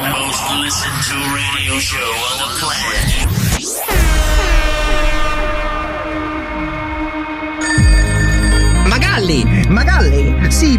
Listen to radio show on the planet. Magalli! Magalli! Sì,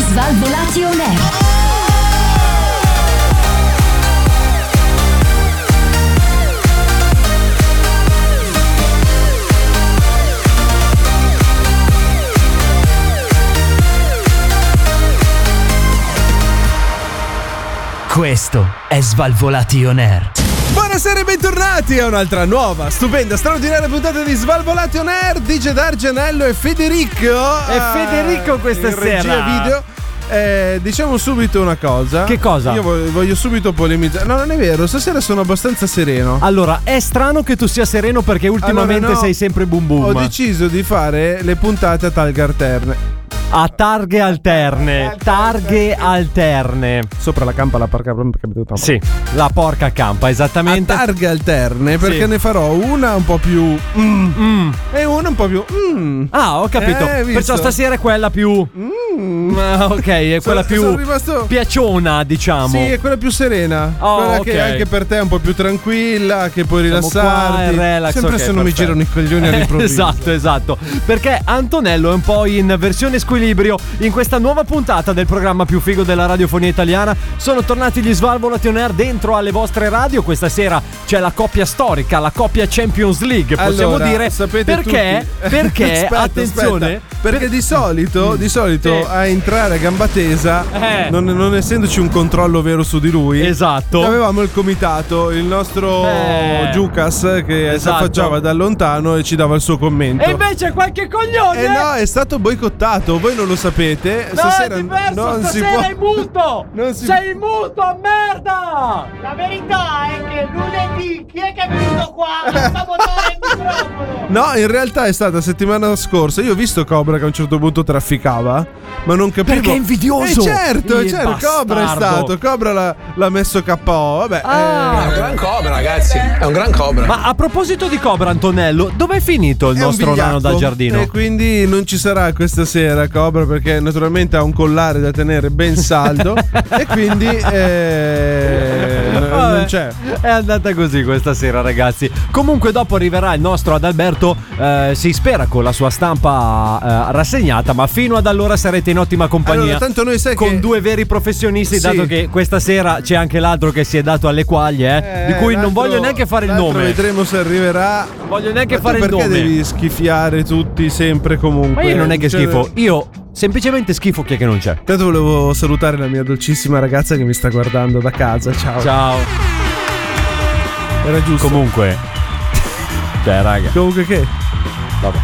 Svalvolati on air. Questo è Svalvolati On Air. Buonasera e bentornati a un'altra nuova, stupenda, straordinaria puntata di Svalvolati On Air di Gedar Gianello e Federico. E Federico questa in regia sera. video. Eh, diciamo subito una cosa. Che cosa? Io voglio, voglio subito polemizzare. No, non è vero, stasera sono abbastanza sereno. Allora, è strano che tu sia sereno perché ultimamente Allora, no, sei sempre boom boom. Ho deciso di fare le puntate a talga alterne. a targhe Eh, alterne. Targhe alterne. Sopra la campa, la parca. Sì, la porca campa, A esattamente. targhe alterne perché Sì. ne farò una un po' più mm, e una un po' più mm. ah, ho capito. Eh, hai visto? Perciò stasera è quella più. Ah, ok, è quella più sono rimasto- piaciona, diciamo. Sì, è quella più serena. Oh, quella che ok. anche per te è un po' più tranquilla, che puoi Siamo qua, rilassarti. è relax, Sempre ok, se non mi perfetto. girano i coglioni all'improvviso. Esatto, esatto. Perché Antonello è un po' in versione squilibrio in questa nuova puntata del programma più figo della radiofonia italiana. Sono tornati gli Svalvolati on Air dentro alle vostre radio. Questa sera c'è la coppia storica, la coppia Champions League. Possiamo Allora, dire sapete perché? tutti- Perché Aspetta, attenzione, Mm. aspetta, perché di solito, di solito Sì. a entrare a gamba tesa, Eh. non, non essendoci un controllo vero su di lui, Esatto. avevamo il comitato, il nostro Eh. Giucas che si Esatto. affacciava da lontano e ci dava il suo commento. E invece qualche coglione Eh no, è stato boicottato, voi non lo sapete. No, Stasera è diverso, non si stasera può. è muto! Non si- Sei muto, merda! La verità è che lunedì chi è che è venuto qua a sabotare il microfono? No, in realtà è stata settimana scorsa. Io ho visto Cobra che a un certo punto trafficava, ma non capivo. Perché è invidioso! Eh, certo, Il certo. Cobra è bastardo. stato. Cobra l'ha, l'ha messo KO. Vabbè. Ah. eh, gran cobra, ragazzi. È un gran cobra. Ma a proposito di Cobra, Antonello, dov'è finito il è un nostro vigliacco. nano da giardino? E quindi non ci sarà questa sera Cobra perché naturalmente ha un collare da tenere ben saldo. e quindi eh, n- Vabbè, non c'è. È andata così questa sera, ragazzi. Comunque, dopo arriverà il nostro Adalberto. eh, si spera con la sua stampa eh, rassegnata, ma fino ad allora sarete in ottima compagnia. Allora, tanto noi sai con che- due veri professionisti, Sì. dato che questa sera c'è anche l'altro che si è dato alle quaglie, eh, di cui non l'altro- voglio neanche fare il l'altro nome. Vedremo se arriverà. Voglio neanche Ma tu fare il perché nome. devi schifiare tutti sempre e comunque? Ma io non è che Cioè, schifo, io semplicemente schifo chi è che non c'è. Intanto volevo salutare la mia dolcissima ragazza che mi sta guardando da casa. Ciao. Ciao. Era giusto. Comunque, cioè, raga. Comunque che? Vabbè.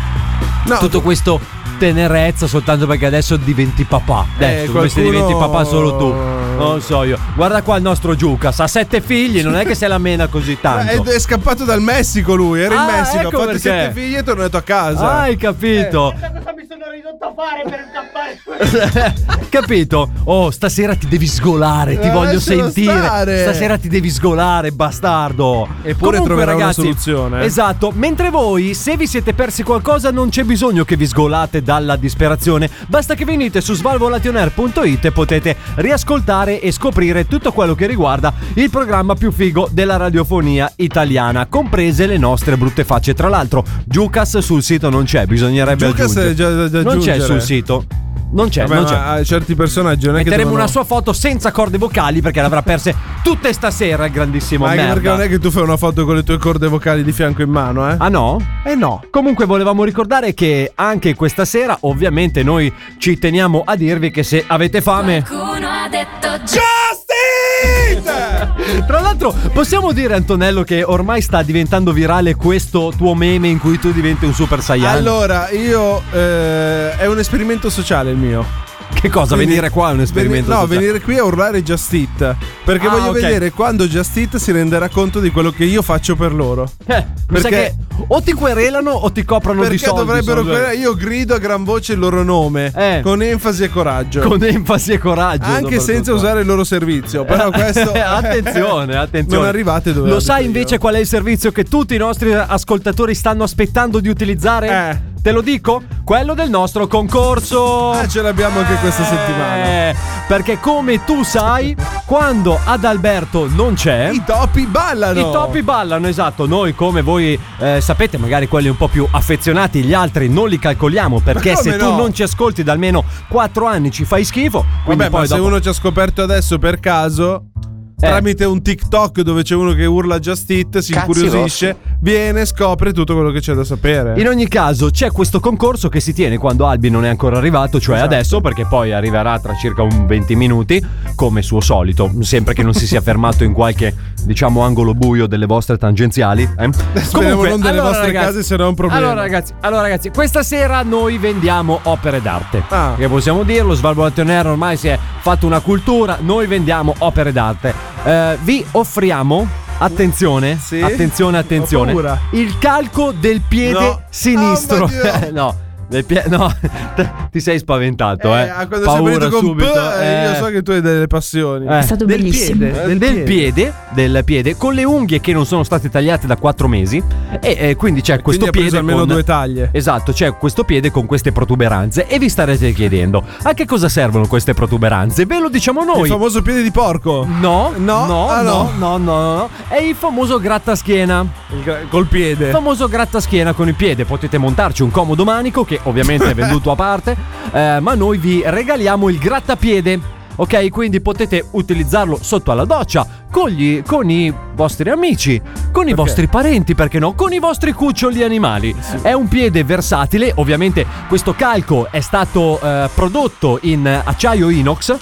No. tutto questo tenerezza soltanto perché adesso diventi papà. Adesso questi Eh, qualcuno- diventi papà solo tu. Non so io. Guarda qua il nostro Giucas, ha sette figli, non è che se la mena così È, tanto. Eh, è scappato dal Messico lui, era in Ah, Messico, ecco ha fatto perché. sette figli e è tornato a casa. Ah, Hai capito? Eh, Guarda cosa mi sono ridotto a fare per incappare capito? Oh, stasera ti devi sgolare, ti Eh, voglio lascialo sentire. stare. Stasera ti devi sgolare, bastardo. Eppure Comunque, troverà una ragazzi, soluzione, eh. Esatto. Mentre voi, se vi siete persi qualcosa, non c'è bisogno che vi sgolate dalla disperazione. Basta che venite su svalvolationer.it e potete riascoltare e scoprire tutto quello che riguarda il programma più figo della radiofonia italiana, comprese le nostre brutte facce. Tra l'altro, Giucas sul sito non c'è, bisognerebbe Giucas è aggiungere. già da- da non c'è aggiungere. sul sito. Non c'è, Vabbè, non ma c'è. a certi personaggi non è che Metteremo devono- una sua foto senza corde vocali perché l'avrà perse tutte stasera, il grandissimo Ma anche perché merda. non è che tu fai una foto con le tue corde vocali di fianco in mano, eh? Ah no? Eh no. Comunque volevamo ricordare che anche questa sera ovviamente noi ci teniamo a dirvi che se avete fame... Qualcuno ha detto Justin! Morite! Tra l'altro, possiamo dire, Antonello, che ormai sta diventando virale questo tuo meme in cui tu diventi un super saiyan. Allora, io. eh, è un esperimento sociale il mio. che cosa? Quindi- venire qua è un esperimento? Veni- No, sociale? venire qui a urlare Just It. Perché Ah, voglio ok. vedere quando Just It si renderà conto di quello che io faccio per loro. Eh, mi Perché- sa che o ti querelano o ti coprono perché di soldi. dovrebbero. sono due- querelare? Io grido a gran voce il loro nome. Eh. Con enfasi e coraggio. cioè, Con enfasi e coraggio. anche soprattutto. Eh, senza usare il loro servizio. Però questo. attenzione, attenzione. Non arrivate dove. Lo abito sai io. invece qual è il servizio che tutti i nostri ascoltatori stanno aspettando di utilizzare? Eh. Te lo dico? Quello del nostro concorso. Ah, ce l'abbiamo anche questa settimana. Eh, perché come tu sai, quando ad Alberto non c'è. I topi ballano. I topi ballano, esatto. Noi, come voi eh, sapete, magari quelli un po' più affezionati, gli altri non li calcoliamo perché come se tu no? non ci ascolti da almeno 4 anni ci fai schifo. Quindi Vabbè, poi ma se dopo- Eh. uno ci ha scoperto adesso per caso. Tramite un TikTok dove c'è uno che urla Just It, si incuriosisce, viene, scopre tutto quello che c'è da sapere. In ogni caso, c'è questo concorso che si tiene quando Albi non è ancora arrivato, cioè Esatto. adesso, perché poi arriverà tra circa un 20 minuti, come suo solito, sempre che non si sia fermato in qualche, diciamo, angolo buio delle vostre tangenziali. eh. Comunque, non delle allora, vostre ragazzi, case, se no è un problema. Allora, ragazzi, allora, ragazzi, questa sera noi vendiamo opere d'arte. Ah. Che possiamo dirlo, Svalbard Nero ormai si è fatto una cultura, noi vendiamo opere d'arte. Eh, vi offriamo. Attenzione, Sì? attenzione, Ho attenzione. paura. Il calco del piede piede No. sinistro. Oh, mio Dio. Eh, no. del pie- no, ti sei spaventato, eh. Eh, a quando Paura sei venuto con subito. P, eh, io eh. so che tu hai delle passioni. Eh. stato Del bellissimo. piede. Del, del piede, del piede, con le unghie che non sono state tagliate da quattro mesi. E eh, quindi c'è questo ha preso piede. almeno con- due taglie. Esatto, c'è questo piede con queste protuberanze. E vi starete chiedendo: a che cosa servono queste protuberanze? Ve lo diciamo Il noi. famoso piede di porco. No, No? no, Ah, no, no. no, no, no, no. È il famoso grattaschiena. Il gra- Col piede. Il famoso grattaschiena con il piede. Potete montarci un comodo manico che ovviamente è venduto a parte, eh, ma noi vi regaliamo il grattapiede. Ok, quindi potete utilizzarlo sotto alla doccia, con, gli- con i vostri amici, con i vostri parenti, perché no, con i vostri cuccioli animali. È un piede versatile, ovviamente questo calco è stato eh, prodotto in acciaio inox,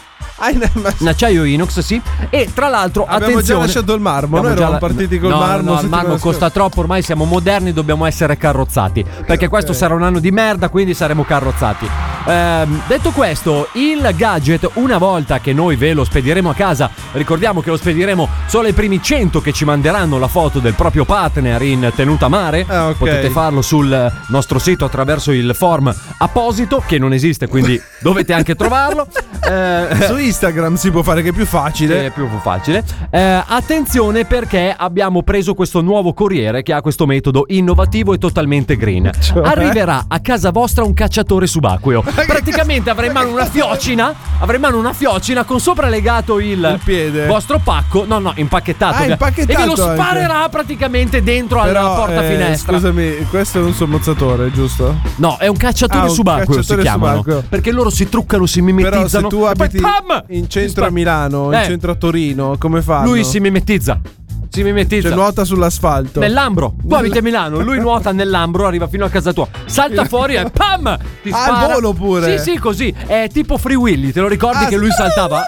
Ah, in- ma- in acciaio inox, sì. E tra l'altro, Abbiamo già attenzione. lasciato il marmo, noi già eravamo partiti col no, no, marmo No, il settimana marmo costa troppo, ormai siamo moderni, dobbiamo essere carrozzati. perché questo sarà un anno di merda, quindi saremo carrozzati. Ehm, detto questo, il gadget, una volta che noi ve lo spediremo a casa, ricordiamo che lo spediremo solo ai primi 100 che ci manderanno la foto del proprio partner in tenuta mare. Ah, ok. Potete farlo sul nostro sito attraverso il form apposito, che non esiste, quindi dovete anche trovarlo. Eh, Su Instagram si può fare che è più che è facile. più facile. Eh, attenzione perché abbiamo preso questo nuovo corriere che ha questo metodo innovativo e totalmente green. Cioè? Arriverà a casa vostra un cacciatore subacqueo. Praticamente avrà in mano una fiocina, avrà in mano una fiocina con sopra legato il, Il piede. vostro pacco, no no, impacchettato, Ah, ovvia- impacchettato e ve lo anche. sparerà praticamente dentro alla Però, porta eh, finestra. Scusami, questo è un sommozzatore, giusto? No, è un cacciatore Ah, un subacqueo si cacciatore chiamano. subacqueo. Perché loro si truccano, si Però se mimetizzano tu e poi abiti pam! in Ti centro spara- a Milano, in Eh. centro a Torino, come fanno? Lui si mimetizza. Si mimetizza. Cioè, nuota sull'asfalto. Nell'ambro. Tu abiti a Milano, lui nuota nell'ambro, arriva fino a casa tua, salta fuori e pam! Ti Ah, spara. al volo pure. Sì, sì, così. È tipo Free Willy, te lo ricordi Ah, che lui sì. saltava?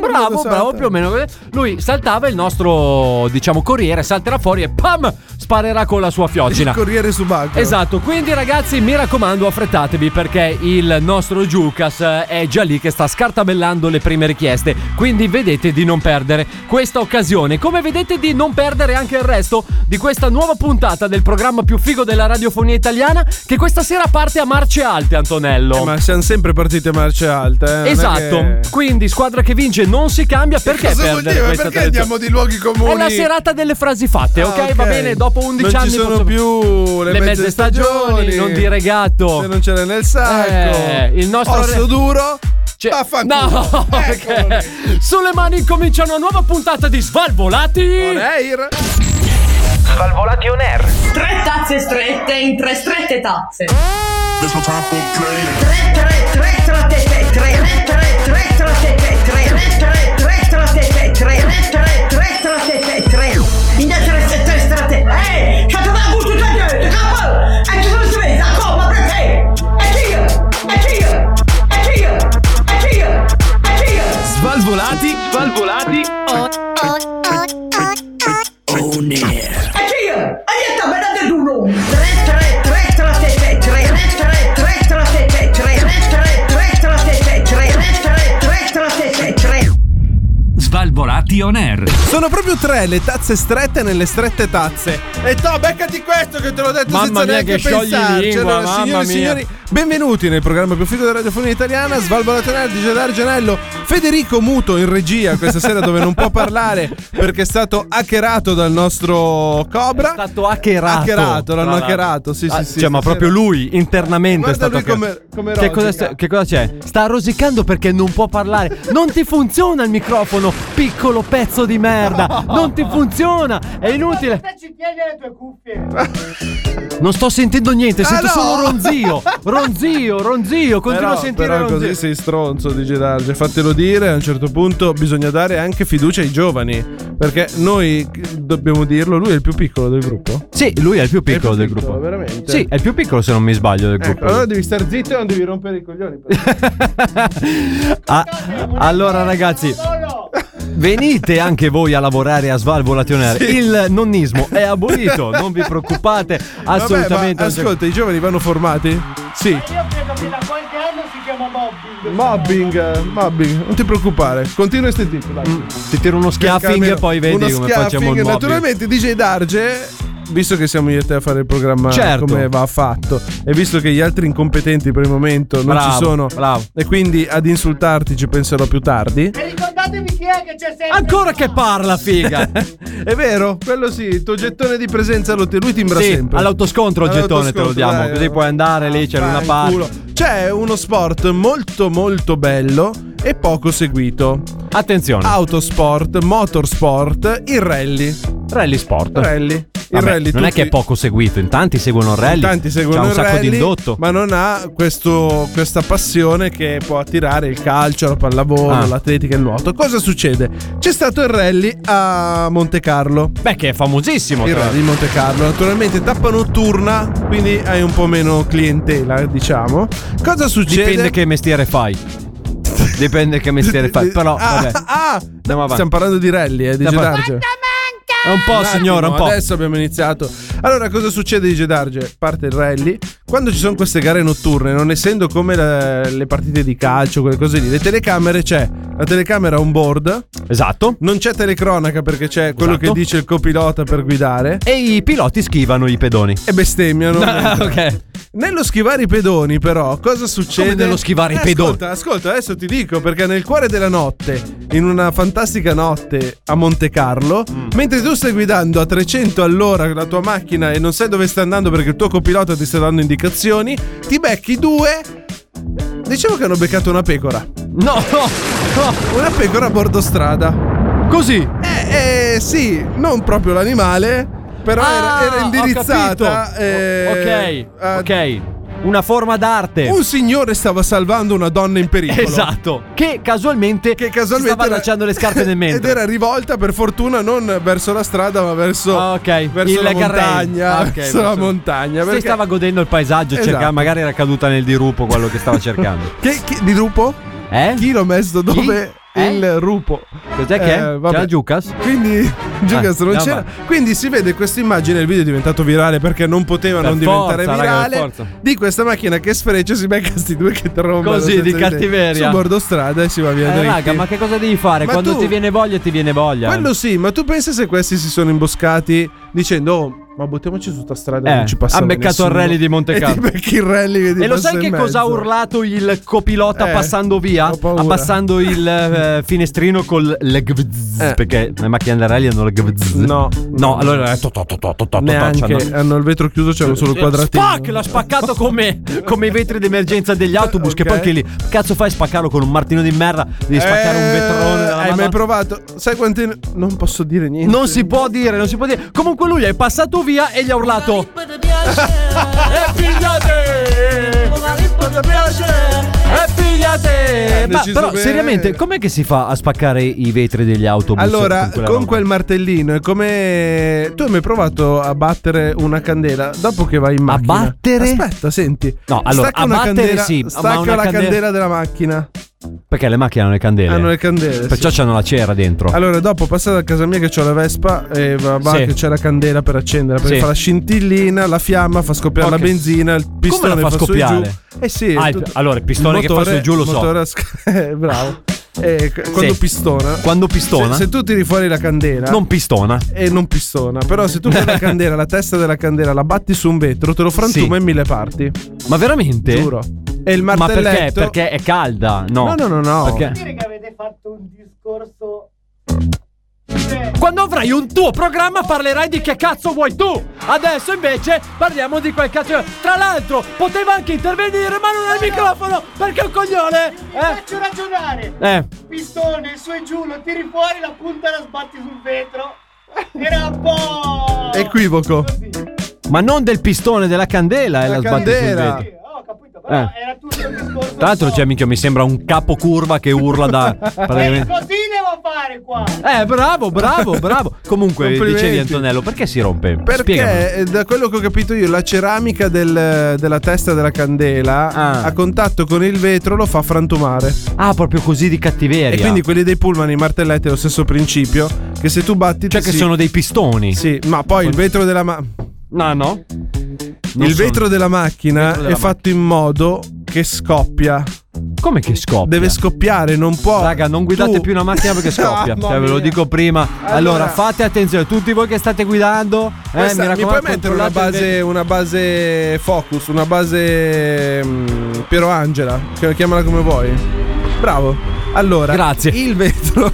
Bravo, Salta. bravo, più o meno. Lui saltava e il nostro, diciamo, corriere salterà fuori e pam! Sparerà con la sua Il fiocina. corriere subacqueo. Esatto, quindi ragazzi mi raccomando affrettatevi perché il nostro Giucas eh, è già lì che sta scartabellando le prime richieste, quindi vedete di non perdere questa occasione, come vedete di non perdere anche il resto di questa nuova puntata del programma più figo della radiofonia italiana che questa sera parte a marce alte Antonello. Eh, ma siamo sempre partiti a marce alta, eh. non è Esatto, che- quindi squadra che vince non si cambia perché Cosa vuol perdere dire? Ma questa Perché tradizione? andiamo di luoghi comuni? È la serata delle frasi fatte, Ah, Eh, ok? Va bene, dopo 11 non anni ci sono possiamo- più le, le mezze stagioni, non dire gatto. Se non ce l'hai nel sacco. Eh, il nostro osso re- duro. Cioè- Vaffanculo. no, Eccolo perché sulle mani comincia una nuova puntata di Svalvolati. lì. On air. Tre tazze strette in tre strette tazze. There's no time for playing. Svalvolati, svalvolati. Svalvolati on air. Sono proprio tre le tazze strette nelle strette tazze. E to, beccati questo che te l'ho detto Mamma senza mia, neanche che sciogli pensarci. lingua, Allora, mamma signori e mia. signori, benvenuti nel programma più figo della radiofonia italiana. Svalvolatonello di Gedar Genello, Federico Muto in regia questa sera dove non può parlare perché è stato hackerato dal nostro Cobra. È stato hackerato. Hackerato, l'hanno Tra l'altro. hackerato. Sì, Ah, sì, sì. Cioè, ma stasera. proprio lui internamente Guarda è stato lui come- hackerato. come che, cosa rosica. sta- che cosa c'è? Sta rosicando perché non può parlare. Non ti funziona il microfono, piccolo pezzo di merda. Non ti funziona. È inutile. Ci tieni le tue cuffie. Non sto sentendo niente, Ah, sento no! solo ronzio. Ronzio, ronzio. Continuo Però, a sentire però ronzio. così sei stronzo di girarci fatelo dire a un certo punto bisogna dare anche fiducia ai giovani perché noi dobbiamo dirlo lui è il più piccolo del gruppo Sì, lui è il più piccolo più del piccolo, gruppo. veramente? Sì, è il più piccolo se non mi sbaglio del ecco gruppo. allora devi star zitto e non devi rompere i coglioni perché- Ah, allora ragazzi, venite anche voi a lavorare a Svalvolationaire. Il nonnismo è abolito, non vi preoccupate Vabbè, assolutamente. ma ascolta i giovani vanno formati sì Io credo che da qualche anno si chiama mobbing. mobbing eh, mobbing non ti preoccupare continua e stai zitto dai Mm, Ti tiro uno schiaffing Almeno e poi uno vedi come facciamo schiaffing. il mobbing. Naturalmente DJ Darge, visto che siamo io e te a fare il programma Certo. come va fatto e visto che gli altri incompetenti per il momento non Bravo, ci sono bravo. e quindi ad insultarti ci penserò più tardi. E ricordatevi chi è che c'è sempre. Ancora che parla, figa. È vero, quello sì, il tuo gettone di presenza lo ti- lui timbra Sì, sempre. all'autoscontro il gettone te lo All'autoscontro, diamo, dai, così puoi andare lì, c'è una parte. Vaffanculo. C'è uno sport molto molto bello e poco seguito. Attenzione. Autosport, motorsport, il rally. Rally sport. Rally. Il Vabbè, rally non è tutti- che è poco seguito, in tanti seguono il rally. Tanti seguono C'ha un il sacco rally, di indotto. ma non ha questo- questa passione che può attirare il calcio, la pallavolo, Ah. l'atletica e il nuoto. Cosa succede? C'è stato il rally a Monte Carlo. Beh, che è famosissimo. cioè, Il tra rally di Monte Carlo, naturalmente tappa notturna, quindi hai un po' meno clientela, diciamo. Cosa succede? Dipende che mestiere fai. Dipende che mestiere fai. Però, Ah, vabbè. ah, Andiamo avanti. stiamo parlando di rally, eh, di Stiamo- Gedarge. È un po', attimo, signora, un po'. Ah, Adesso abbiamo iniziato. Allora, cosa succede di Gedarge? Parte il rally. Quando ci sono queste gare notturne, non essendo come la- le partite di calcio, quelle cose lì, le telecamere c'è la telecamera on board, Esatto. non c'è telecronaca perché c'è quello Esatto. che dice il copilota per guidare E i piloti schivano i pedoni. e bestemmiano. Ah, ok. Nello schivare i pedoni, però, cosa succede? nello schivare i Eh, pedoni? Ascolta, ascolta, adesso ti dico perché nel cuore della notte, in una fantastica notte a Monte Carlo, Mm. mentre tu stai guidando a 300 all'ora con la tua macchina e non sai dove stai andando perché il tuo copilota ti sta dando indicazioni, ti becchi due. Diciamo che hanno beccato una pecora. No, no, Una pecora a bordo strada. no. Così. Eh, eh sì, non proprio l'animale. Però Ah, era, era ho indirizzata. capito. eh, O- a- ok, ok. Una forma d'arte. un signore stava salvando una donna in pericolo. Esatto. Che casualmente, Che casualmente si stava era- allacciando le scarpe nel mentre. Ed era rivolta, per fortuna, non verso la strada, ma verso, Ah, ok, verso il la carrello. montagna. Ah, ok, verso la verso- montagna. Si perché- stava godendo il paesaggio, Esatto. cercava- magari era caduta nel dirupo quello che stava cercando. Che, che- di rupo? Eh? Chi l'ho messo Chi? dove? Eh? Il rupo. Cos'è che è? Eh, vabbè. C'era Giucas? Quindi Giucas Ah, non no, c'era. ma- Quindi si vede questa immagine, il video è diventato virale perché non poteva Per non diventare forza, raga, per virale. forza. di questa macchina che sfreccia si becca sti due che tromba Così, di cattiveria. Su bordo strada e si va via Eh, dritti. raga, ma che cosa devi fare? Ma Quando tu- ti viene voglia, ti viene voglia. Quello sì, ma tu pensi se questi si sono imboscati dicendo "Oh, ma buttiamoci su sta strada Eh, non ci passava ha beccato nessuno." il rally di Monte E ti Carlo. becchi il rally che ti E lo sai passa che in cosa ha mezzo. urlato il copilota Eh, passando via? ho paura. Abbassando il eh, finestrino col le gvzz, Eh. perché le macchine da rally hanno le gvzz. No. no, allora era to, to, to, to, to, to, to, Neanche Eh, c'hanno- hanno il vetro chiuso, c'erano solo quadratini. Spac, l'ha spaccato come, come i vetri d'emergenza degli autobus. Che Ok. poi anche lì, cazzo, fai a spaccarlo con un martino di merda? Devi spaccare un Eh, vetrone. Hai della mai Madonna. provato? Sai quanti non posso dire niente. Non si può dire, non si può dire. Comunque lui è passato via e gli ha urlato. E pigliate! E pigliate! Eh, Ma deciso però bene. seriamente, com'è che si fa a spaccare i vetri degli autobus? Allora, quella con roba? quel martellino è come. Tu hai mai provato a battere una candela dopo che vai in macchina? battere? Aspetta, senti. No, allora, stacca a una battere candela, sì, ma Stacca una la candela- candela della macchina. Perché le macchine hanno le candele. Hanno le candele, Perciò sì. c'hanno la cera dentro. Allora, dopo passate a casa mia che c'ho la Vespa e va, va Sì. che c'è la candela per accendere, perché Sì. fa la scintillina, la fiamma, fa scoppiare Ok. la benzina, il pistone la fa su e giù. scoppiare? Eh sì, Ah, il- tutto- allora, il pistone che fa su e giù lo so. motore a sc- eh, bravo. Eh, c- quando Sì. pistona. Quando pistona? Se, se tu tiri fuori la candela Non pistona. e non pistona, però se tu prendi la candela, la testa della candela la batti su un vetro, te lo frantuma Sì. in mille parti. Ma veramente? Giuro. E il Ma martelletto perché? Perché è calda? No, No. no, no, no. Perché? Dire che avete fatto un discorso. Quando avrai un tuo programma parlerai di che cazzo vuoi tu. Adesso invece parliamo di quel cazzo. Tra l'altro poteva anche intervenire ma non al microfono perché è un coglione. Ti Eh. faccio ragionare. Eh. Pistone, su e giù, lo tiri fuori, la punta la sbatti sul vetro. Era un po'. Equivoco. Così. Ma non del pistone della candela. eh, La la sbatti sul candela. vetro. Sì, ho capito, però Eh. era tutto il discorso. Tra l'altro so. c'è minchia mi sembra un capo curva che urla da Eh, praticamente così devo fare qua. Eh, bravo, bravo, bravo. Comunque, Complimenti. dicevi Antonello, perché si rompe? Spiegami. Perché eh, da quello che ho capito io, la ceramica del- della testa della candela Ah. a contatto con il vetro lo fa frantumare. Ah, proprio così di cattiveria. E quindi quelli dei pullman, i martelletti, è lo stesso principio. Che se tu batti. Cioè ti che si- sono dei pistoni. Sì, ma poi il vetro della ma- No, no. il vetro della macchina vetro della è fatto in modo che scoppia. Come che scoppia? Deve scoppiare, non può. Raga, non guidate tu- più una macchina perché scoppia. Ah, Cioè, ve mamma lo mia. dico prima. Allora, Allora, fate attenzione, tutti voi che state guidando. Eh, Questa- mi, mi raccomando, puoi mettere una controllate il base, una base focus, una base mm, Piero Angela, che- chiamala come vuoi. Bravo. Allora, Grazie. il vetro,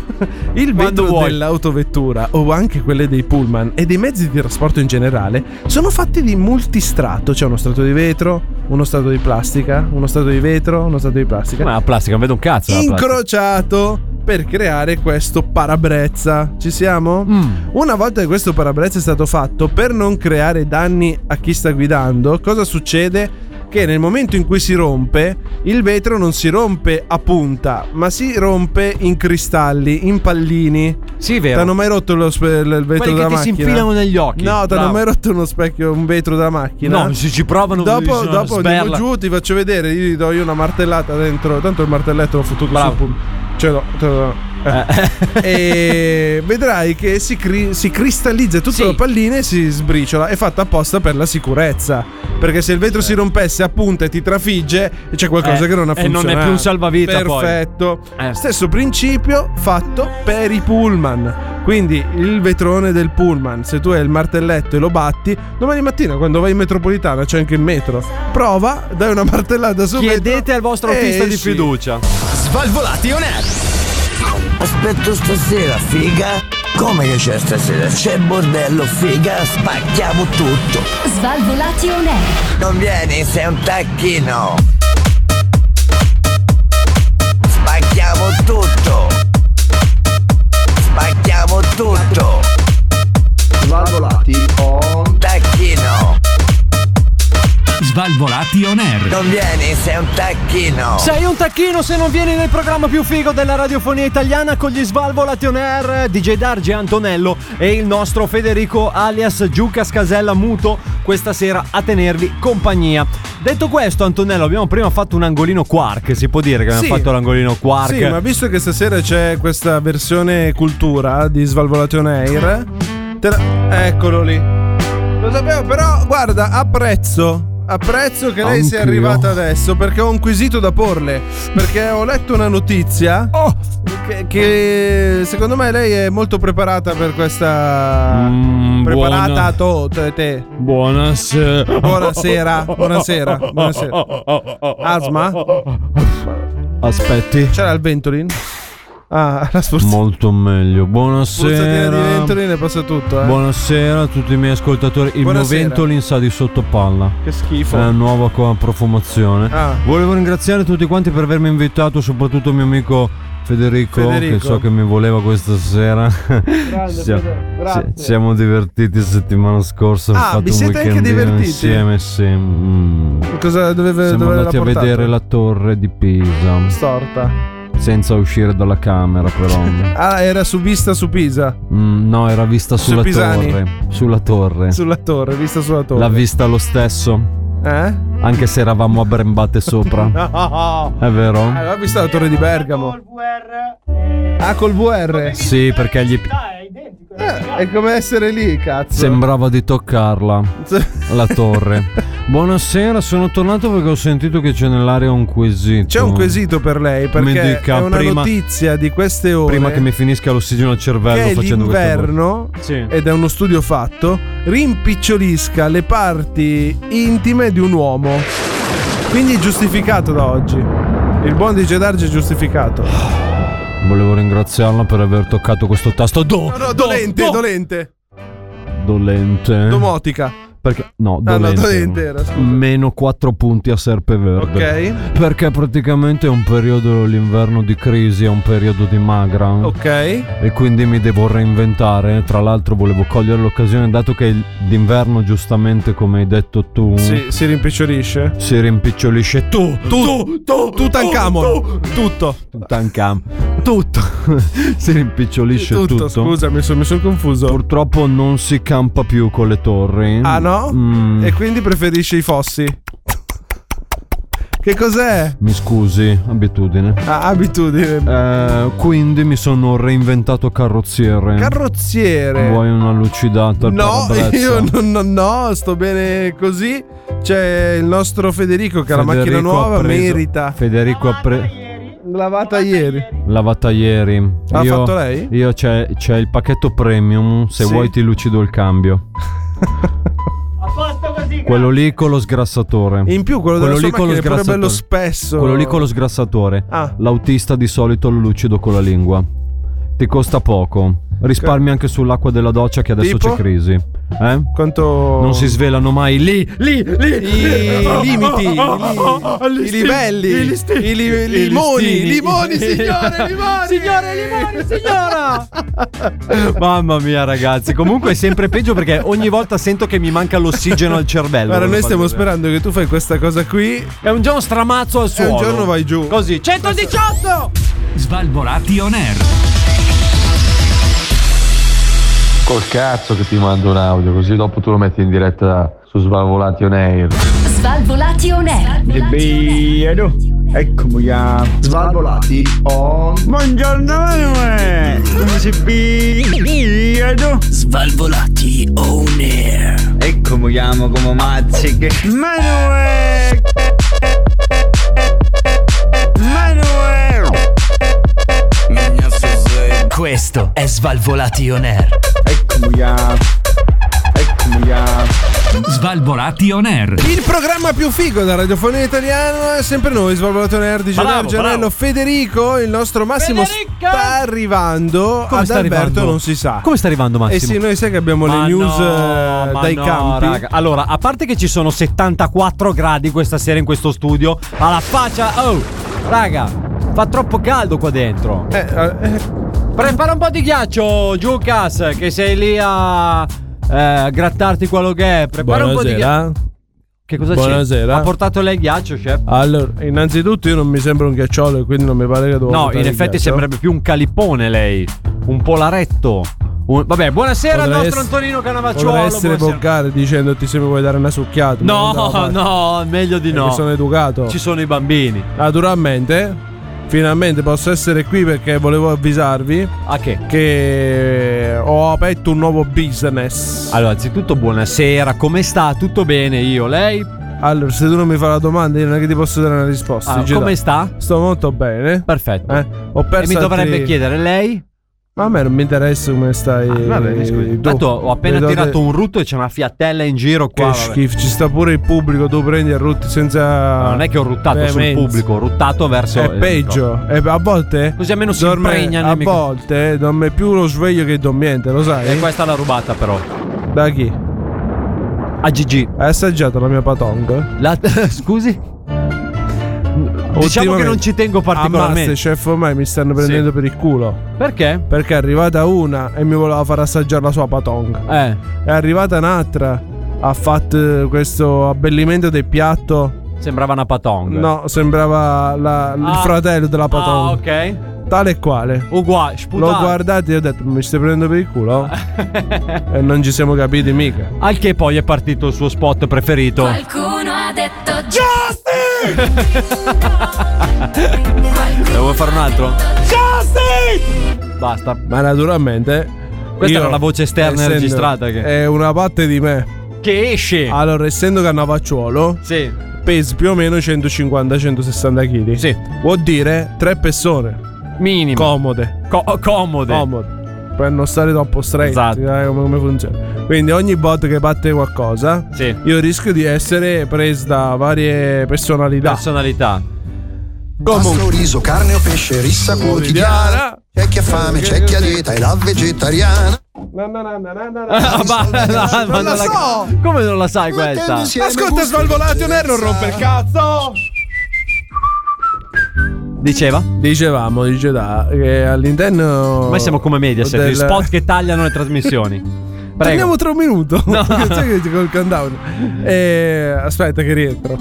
il Quando vetro vuoi. dell'autovettura o anche quelle dei pullman e dei mezzi di trasporto in generale sono fatti di multistrato, c'è uno strato di vetro, uno strato di plastica, uno strato di vetro, uno strato di plastica vetro. Ma la plastica, non vedo un cazzo. la plastica. incrociato per creare questo parabrezza. Ci siamo? Mm. Una volta che questo parabrezza è stato fatto, per non creare danni a chi sta guidando, cosa succede? Che nel momento in cui si rompe, il vetro non si rompe a punta, ma si rompe in cristalli, in pallini. Sì, Ti vero. hanno mai rotto lo spe- il vetro Quelli che della ti si macchina? infilano negli occhi. No, ti hanno Bravo. mai rotto uno specchio, un vetro della macchina? No, se ci provano, Dopo, sono dopo andiamo sberla. giù, ti faccio vedere. Io gli do io una martellata dentro. Tanto il martelletto l'ho fottuto Bravo. sul pul- Cioè, no, te lo- eh. e vedrai che si, cri- si cristallizza tutto Sì. la pallina e si sbriciola. È fatta apposta per la sicurezza. Perché se il vetro si rompesse a punta e ti trafigge, c'è qualcosa Eh, che non ha e non è funzionato. più un salvavita, poi. Perfetto. Eh. Stesso principio fatto per i pullman. Quindi il vetrone del pullman, se tu hai il martelletto e lo batti, domani mattina quando vai in metropolitana c'è anche il metro. Prova, dai una martellata su Chiedete al vostro Eh, autista di fiducia. Aspetto stasera, figa. Come che c'è stasera? C'è bordello, figa, spacchiamo tutto. Svalvolati on air. Non vieni, sei un tacchino. Spacchiamo tutto. Spacchiamo tutto. Svalvolati on tacchino. Svalvolati on air. Non vieni, sei un tacchino. Sei un tacchino se non vieni nel programma più figo della radiofonia italiana con gli Svalvolati on Air, DJ Darge Antonello e il nostro Federico alias Giuca Scasella Muto questa sera a tenervi compagnia. Detto questo, Antonello, abbiamo prima fatto un angolino quark, si può dire che abbiamo Sì. fatto l'angolino quark. Sì, ma visto che stasera c'è questa versione cultura di Svalvolation Air, te la- eccolo lì. Lo sapevo, però guarda, apprezzo. Apprezzo che lei sia Anch'io. arrivata adesso perché ho un quesito da porle. Perché ho letto una notizia. Oh! Che, che secondo me lei è molto preparata per questa. Mm, preparata buona. a to- te- te. Buonasera. Oh, Buonasera, buonasera, buonasera. Asma? Aspetti. C'era il Ventolin? Ah, la sforzatina Molto meglio. di Buonasera. Ventolin e passa tutto, eh. Buonasera a tutti i miei ascoltatori. Il Buonasera. mio Ventolin sa di sottopalla. Che schifo. È una nuova co- profumazione. Ah. Volevo ringraziare tutti quanti per avermi invitato, soprattutto mio amico Federico, Federico. che so che mi voleva questa sera. Siamo- Fede, grazie. ci- siamo divertiti settimana scorsa. Ah, abbiamo fatto vi un siete anche weekendino divertiti? Insieme, sì. mm. Cosa doveva Siamo dove l'ha andati a portato? vedere la torre di Pisa. storta. Senza uscire dalla camera, però. Ah, era su vista su Pisa, Mm, no, era vista Su sulla Pisani? torre. Sulla torre. sulla torre, vista sulla torre. L'ha vista lo stesso. Eh? Anche se eravamo abbrembate sopra. No. È vero? Allora, ho visto la torre di Bergamo. Ah, col VR. Sì, perché gli Eh, è come essere lì, cazzo. sembrava di toccarla. La torre. Buonasera, sono tornato perché ho sentito che c'è nell'aria un quesito. C'è un quesito per lei perché Mm. Mi dica, è una prima- notizia di queste ore. Prima che mi finisca l'ossigeno al cervello eh? che facendo l'inverno, questa voce. Sì. ed è uno studio fatto, rimpicciolisca le parti intime di un uomo. Quindi è giustificato da oggi. Il buon di Gedarge è giustificato. Volevo ringraziarla per aver toccato questo tasto. Do, No, no, do, dolente, do- dolente. dolente. Domotica. Perché no, Ah, no, dolente. dolente era, scusa. Meno 4 punti a serpeverde. Ok. Perché praticamente è un periodo l'inverno di crisi, è un periodo di magra. Ok. E quindi mi devo reinventare. Tra l'altro volevo cogliere l'occasione, dato che il- d'inverno, giustamente come hai detto tu, Si, si rimpicciolisce. si rimpicciolisce tu, Tu, tu, Tutankhamon. Tutto. Tancam. Tutto. si rimpicciolisce tutto. Tutto, scusa, mi sono confuso. Purtroppo non si campa più con le torri. Ah no? Mm. E quindi preferisce i fossi? Che cos'è? Mi scusi, abitudine. Ah, abitudine. Eh, quindi mi sono reinventato carrozziere. Carrozziere. Vuoi una lucidata? al No, parabrezza? io no, no, no, sto bene così. C'è il nostro Federico che ha la macchina Federico ha nuova, preso- merita. Federico ha preso. Lavata ieri. Lavata ieri. L'ha io, fatto lei? Io c'è, c'è il pacchetto premium. Se Sì. vuoi, ti lucido il cambio. A posto così. Quello lì con lo sgrassatore. E in più quello, Quello della lì sua con lo macchina è pure sgrassatore. bello spesso. Quello lì con lo sgrassatore. Ah. L'autista di solito lo lucido con la lingua. Ti costa poco. Risparmi anche sull'acqua della doccia che adesso Tipo? c'è crisi. Eh? Quanto... Non si svelano mai lì, lì, lì, Oh, I limiti, i, li- i livelli, i, li- i limoni, i limoni, signore, limoni! signora! Mamma mia, ragazzi. Comunque è sempre peggio perché ogni volta sento che mi manca l'ossigeno al cervello. Guarda, noi Lo stiamo faccio vedere. sperando che tu fai questa cosa qui. È un giorno stramazzo al suolo. giorno vai giù. Così, 118! Svalvolati on air. Col cazzo che ti mando un audio, così dopo tu lo metti in diretta su Svalvolati on Air. Svalvolati on air. Eccomi qua. Svalvolati on. Buongiorno, Svalvolati on air. Eccomi chiamo come mazziche. Manuel. Manuel. Questo è Svalvolati on air. Eccomi qua. Eccomi qua. Svalvolati on air. Il programma più figo della radiofonia italiana è sempre noi, Svalvolato Nerd, di Gianello, Bravo, Gianello bravo. Federico, il nostro Massimo Federico! sta arrivando, Come ad sta Alberto arrivando? non si sa. Come sta arrivando Massimo? Eh sì, noi sai che abbiamo Ma le news no, eh, ma dai no, campi. raga. Allora, a parte che ci sono 74 gradi questa sera in questo studio, alla faccia, oh, raga, fa troppo caldo qua dentro. Eh, eh, Prepara un po' di ghiaccio, Giucas, che sei lì a eh, grattarti quello che è. Prepara un po' di ghiaccio. Che cosa c'è? Buonasera. Ha portato lei il ghiaccio, chef? allora, innanzitutto io non mi sembro un ghiacciolo e quindi non mi pare che devo No, portare in il effetti ghiaccio. sembrerebbe più un calippone lei, un polaretto. Un- Vabbè, buonasera al Potrei nostro ess- Antonino Canavacciuolo. Potrei essere buonasera. boccare dicendoti se mi vuoi dare una succhiata. ma non te la No, faccio. no, meglio di Perché no. Eh, sono educato. Ci sono i bambini. Naturalmente, finalmente posso essere qui perché volevo avvisarvi A che? che ho aperto un nuovo business. Allora, anzitutto buonasera, come sta? Tutto bene io, lei? Allora, se tu non mi fai la domanda, io non è che ti posso dare una risposta. Ah, Gita. come sta? Sto molto bene. Perfetto. Eh, ho perso e mi dovrebbe altri- Eh, chiedere lei? Ma a me non mi interessa come Ah, stai. tu. Tanto ho appena Vedo tirato te- un rutto e c'è una fiatella in giro Che qua. vabbè. schifo, ci sta pure il pubblico, tu prendi e rutti senza. Non è che ho ruttato sul veemenza. pubblico, ho ruttato verso È peggio, E a volte. Così almeno si dorme- impregnano i A micro- volte dorme più lo sveglio che il dormiente, lo E sai? questa l'ha rubata però. Da chi? A GG. Hai assaggiato la mia patonga? La... Scusi? Diciamo che non ci tengo particolarmente. A chef ormai mi stanno prendendo per il culo. Perché? Perché è arrivata una e mi voleva far assaggiare la sua patonga. Eh, È arrivata un'altra, ha fatto eh, questo abbellimento del piatto. sembrava una patonga. No, sembrava la- il Ah. fratello della Ah, patonga. ok. Tale e quale. Uguale, L'ho sputato. guardato e ho detto, mi stai prendendo per il culo? e non ci siamo capiti mica. Al che poi è partito il suo spot preferito. Qualcuno ha ha detto Devo fare un altro? Basta. Ma naturalmente. Questa era la voce esterna essendo- registrata che- È una parte di me. Che esce. Allora, essendo cannavacciuolo, Sì. pesi più o meno 150-160 kg. Sì. Vuol dire tre persone Minimo. comode. Co- oh, comode. Comode. Per non stare troppo straight. Esatto. sai come, come funziona. Quindi ogni bot che batte qualcosa, Sì. io rischio di essere preso da varie personalità. Personalità. Comunque. riso, carne o pesce, rissa quotidiana. C'è chi ha fame, c'è chi ha dieta e la vegetariana. Na, na, na, na, na, na, na. Ah, ma- ma- ma Non la so! Come non la sai questa? Ascolta, svalvolati on air, non rompe il cazzo! Diceva? Dicevamo, dice da, che all'interno. Noi siamo come Mediaset, del- gli spot che tagliano le trasmissioni. Prego. Torniamo tra un minuto. Sai che col countdown. Eh, aspetta, che rientro.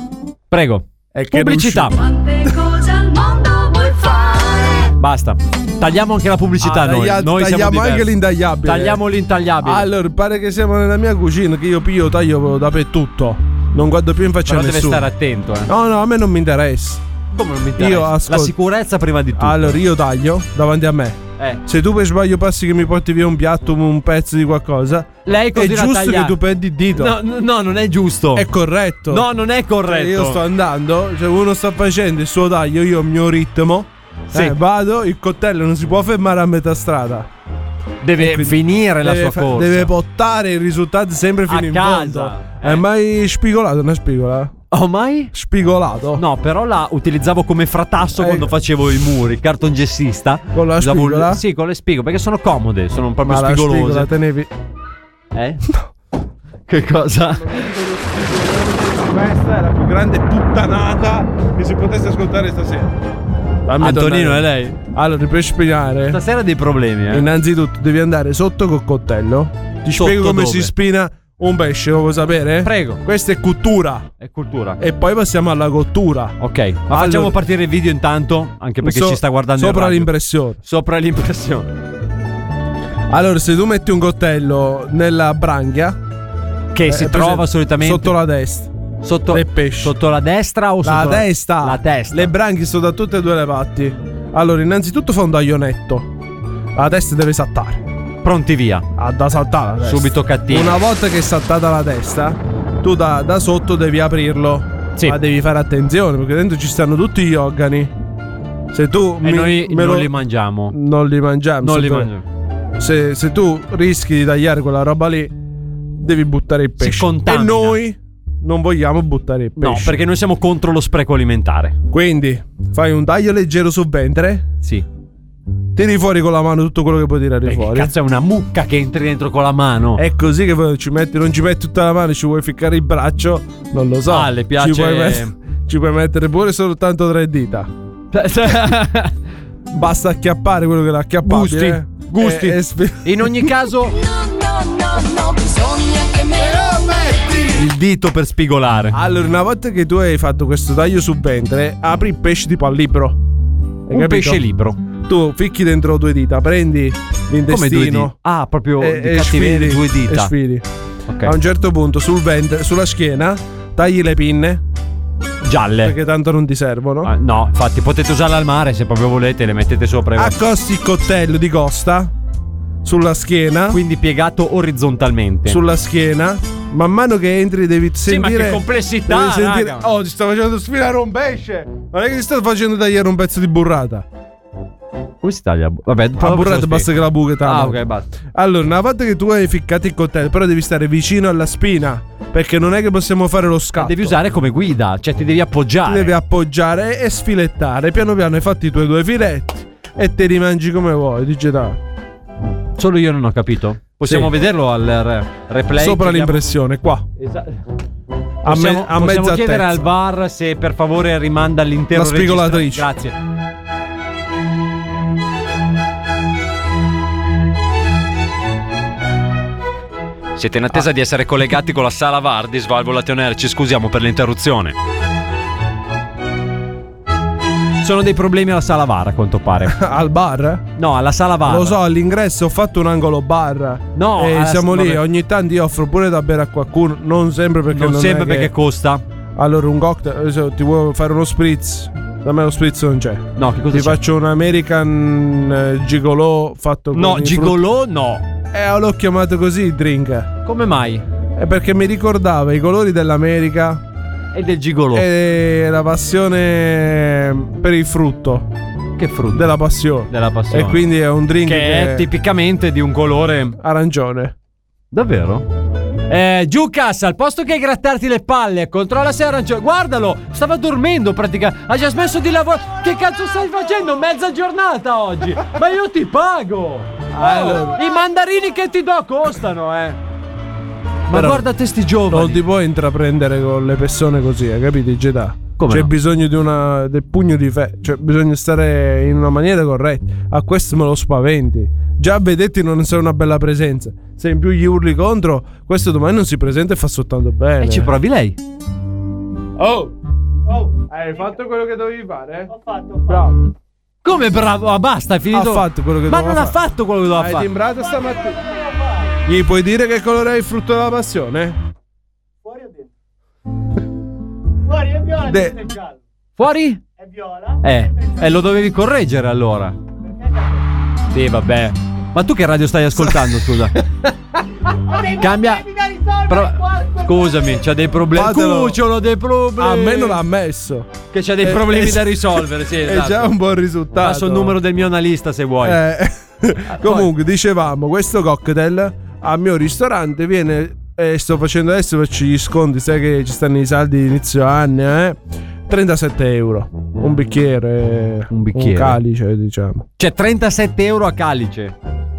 Prego. È che Pubblicità. non Quante cose al mondo vuoi fare? Basta. Tagliamo anche la pubblicità Ah, noi. taglia- Noi siamo tagliamo diversi. anche l'intagliabile. Tagliamo l'intagliabile. Allora, pare che siamo nella mia cucina, che io pio, taglio dappertutto. Non guardo più in faccia Però a deve nessuno. stare attento, eh. No, no, a me non mi interessa. Come non mi Io La ascolto. sicurezza prima di tutto. Allora, io taglio davanti a me. Eh. Se tu per sbaglio passi che mi porti via un piatto, un pezzo di qualcosa, Lei è continua a giusto che tagliare. tu perdi il dito. No, no, no, non è giusto. È corretto. Eh, Cioè, No, Oh. non è corretto. Io sto andando, cioè uno sta facendo il suo taglio, io ho il mio ritmo. Sì. Eh, vado, il coltello non si può fermare a metà strada. Deve Quindi finire la deve sua fa- corsa. Deve portare il risultato sempre fino A in casa. fondo. Eh. È mai spigolato? Non è spigola? Oh, mai? Spigolato? No, però la utilizzavo come fratasso Eh. quando facevo i muri, cartongessista. Con la Usavo il- spigola? Sì, con le spigole, perché sono comode, sono proprio Ma la spigolose. spigola tenevi. Eh? che cosa? Questa è la più grande puttanata che si potesse ascoltare stasera. Antonino è lei. Allora, per spinare. Stasera dei problemi, eh. Innanzitutto devi andare sotto col coltello. Ti Sotto spiego come dove? si spina un pesce, lo vuoi sapere? Prego. Questa è cottura. È cultura. E poi passiamo alla cottura. Ok, ma facciamo partire il video intanto, anche perché So- ci sta guardando il Sopra radio. l'impressione. Sopra l'impressione. Allora, se tu metti un coltello nella branchia, Che eh, si è trova presente solitamente sotto la destra. sotto, del pesce. sotto la destra o La sotto testa. La testa. Le branchie sono da tutte e due le parti. Allora, innanzitutto fa un taglionetto. La testa deve saltare. Pronti via. Ha da saltare. la testa. Subito cattivi. Una volta che è saltata la testa, tu da, da sotto devi aprirlo. Sì. Ma devi fare attenzione perché dentro ci stanno tutti gli organi. Se tu E mi- noi me non lo- Mm, li mangiamo. non li mangiamo. non se li tu- mangiamo. Se, se tu rischi di tagliare quella roba lì, devi buttare il pesce. contamina. E noi non vogliamo buttare il pesce. No, perché noi siamo contro lo spreco alimentare. Quindi fai un taglio leggero sul ventre, Sì. tiri fuori con la mano tutto quello che puoi tirare Perché fuori. Eh, cazzo è una mucca che entri dentro con la mano? È così che poi ci metti, non ci metti tutta la mano, ci vuoi ficcare il braccio, non lo so. Ah, le piace- Ci puoi, met- ci puoi mettere pure soltanto tre dita. Basta acchiappare quello che l'ha acchiappato. gusti, eh. gusti. E- e spe- In ogni caso, il dito per spigolare. Allora, una volta che tu hai fatto questo taglio sul ventre, apri il pesce tipo al libro. Hai un capito? pesce libro. Tu ficchi dentro due dita, prendi l'intestino. Come due dita? Ah, proprio di cattiveria, due dita. E sfili. Ok. A un certo punto sul ventre, sulla schiena, tagli le pinne Eh. Gialle. perché tanto non ti servono. Ah, no, infatti potete usarle al mare se proprio volete, le mettete sopra. e Eh, va. Accosti il coltello di costa sulla schiena, Quindi piegato orizzontalmente. sulla schiena. Man mano che entri devi sentire ma che complessità, devi sentire- raga. Oh, ti sto facendo sfilare un pesce. Non è che ti sto facendo tagliare un pezzo di burrata. Come si taglia? Vabbè, La proprio Ah, burrata basta che la buca tanto. Esatto. Ah, ok, basta. Allora, una volta che tu hai ficcato il coltello, però devi stare vicino alla spina. Perché non è che possiamo fare lo scatto. Devi usare come guida, cioè ti devi Ti appoggiare. devi appoggiare e sfilettare. Piano piano hai fatto i tuoi due filetti. E te li mangi come vuoi, digitale. Solo io non ho capito. Possiamo Sì. vederlo al re- replay. Sopra Chiediamo- l'impressione, qua. Esatto. A, possiamo, me- a possiamo mezza chiedere testa. al VAR se per favore rimanda l'intero La spigolatrice. registra- Grazie. Siete in Ah. attesa di essere collegati con la sala VAR di Svalvolationer, ci scusiamo per l'interruzione. Sono dei problemi alla sala VAR a quanto pare. Al bar? eh? Ah, No, alla sala VAR. Lo so, all'ingresso ho fatto un angolo bar. No, e alla- siamo lì. vabbè. Ogni tanto io offro pure da bere a qualcuno. Non sempre perché Non, non è sempre che- perché costa. Allora, un cocktail. eh, se Ti vuoi fare uno spritz? Da me lo spritz non c'è. No, che cosa Ti c'è? faccio un American eh, gigolò fatto con No, i gigolò no. frutti- Eh, l'ho chiamato così il drink. Come mai? È perché mi ricordava i colori dell'America È del gigolò. e la passione per il frutto Che frutto? della passione. Della passione. E quindi è un drink che, che è tipicamente di un colore arancione. davvero eh, Giucas, al posto che grattarti le palle, controlla se è arancione. Guardalo, stava dormendo praticamente. Ha già smesso di lavorare. Che cazzo stai facendo? Mezza giornata oggi. Ma io ti pago. Oh, Allora. I mandarini che ti do costano, eh. Ma Però- guarda te sti Non giovani. ti puoi intraprendere con le persone così, hai capito? I Jedi. Come C'è no? bisogno di una, del pugno di fe. Cioè, bisogna stare in una maniera corretta. A questo me lo spaventi. Già vedetti non sei una bella presenza. Se in più gli urli contro, questo domani non si presenta e fa soltanto bene. E Eh, ci provi lei. Oh! Oh, Hai fatto quello che dovevi fare? eh? ho fatto, ho fatto. Bravo. Come bravo? Ah, basta, è finito. Ha fatto quello che Ma doveva non ha fare. fatto quello che doveva Hai fare. timbrato stamattina. Gli puoi dire che colore è il frutto della passione? Fuori o dentro? Fuori è viola, De- dentro è giallo. Fuori? È viola. Eh, eh, lo dovevi correggere allora. Sì, vabbè. Ma tu che radio stai ascoltando, scusa? Cambia. Però- scusami, c'ha dei problemi. Fatelo. Cucciolo dei A problemi. me non l'ha messo. Che c'ha dei Eh, problemi eh, da risolvere, sì. È esatto. già un buon risultato. Passo il numero del mio analista se vuoi. Eh, Comunque, dicevamo, questo cocktail al mio ristorante viene. E sto facendo adesso faccio gli sconti, sai che ci stanno i saldi di inizio anno, eh? 37 euro. Un bicchiere. eh, Un bicchiere. calice, diciamo. Cioè, 37 euro a calice.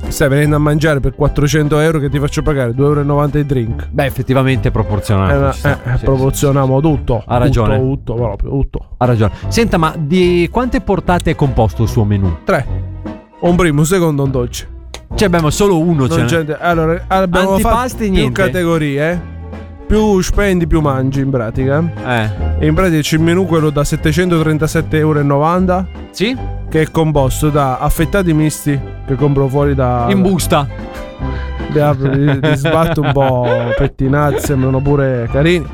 Stai venendo a mangiare per 400 euro che ti faccio pagare 2,90 euro di drink. Beh, effettivamente è Eh, proporzionale. ma- Ah, ci sta, eh, sì, sì. proporzioniamo tutto. Ha ragione. Tutto, tutto, proprio, tutto. Ha ragione. Senta, ma di quante portate è composto il suo menù? 3. Un primo, un secondo, un dolce. Cioè, abbiamo solo uno. Non Cioè, c'è- allora, abbiamo Antipasti, fatto niente. più categorie. eh. Più spendi, più mangi in pratica. Eh. E in pratica c'è il menù quello da 737,90 euro. Sì? Che è composto da affettati misti che compro fuori da. In busta. Li apro, li, li sbatto un po' pettinati, sembrano pure carini.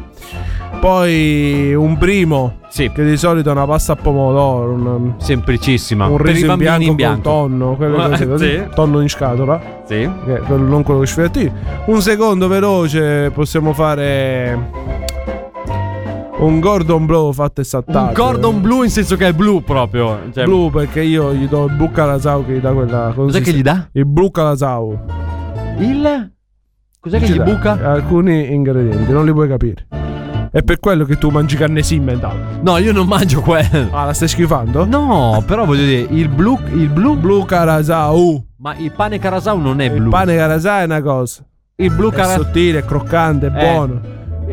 Poi un primo, Sì. che di solito è una pasta a pomodoro, un, Semplicissima. un per i riso in bianco, bambini in con bianco. tonno, quelle cose così, Sì. tonno in scatola. Sì. Che è quello- Eh, non quello che ci fai a te. Un secondo veloce, possiamo fare. Un Gordon Blow fatto e saltato. Un cordon blu in senso che è blu proprio. Cioè, Blu perché io gli do il blu calasau che gli dà quella. Cos'è che gli dà? Il blu calasau. Il. Cos'è che Ci gli dà buca? Alcuni ingredienti, non li puoi capire. È per quello che tu mangi carne sim mentale. No, io non mangio quello. Ah, la stai schifando? No, però voglio dire, il blu. Il blu. Blu calasau. Ma il pane carasau non è Il blu. pane calasau è una cosa. il blu È carasau. sottile, è croccante, è Eh. buono.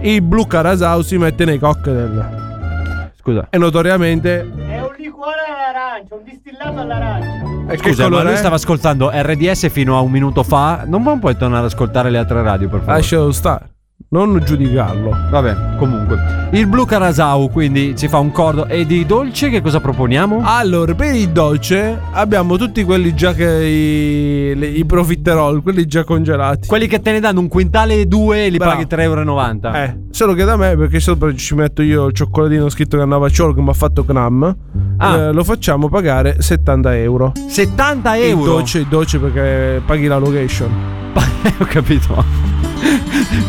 Il blu calasau si mette nei cocktail. Scusa. E notoriamente È un liquore all'arancia, un distillato all'arancia. E Scusa, che ma colore lui è? stava ascoltando RDS fino a un minuto fa. Non non puoi tornare ad ascoltare le altre radio, per favore. Lascialo stare, non giudicarlo. Vabbè, comunque. Il blu carasau, quindi ci fa un cordo. E di dolce che cosa proponiamo? Allora, per il dolce abbiamo tutti quelli già che i, le- i profiterol, quelli già congelati. Quelli che te ne danno un quintale e due e li Bravo. paghi 3,90 euro. eh, solo che da me, perché sopra ci metto io il cioccolatino scritto Cannavacciolo che mi ha fatto Knam, Ah. eh, lo facciamo pagare 70 euro. 70 Il euro. dolce, il dolce perché paghi la location. Ho capito.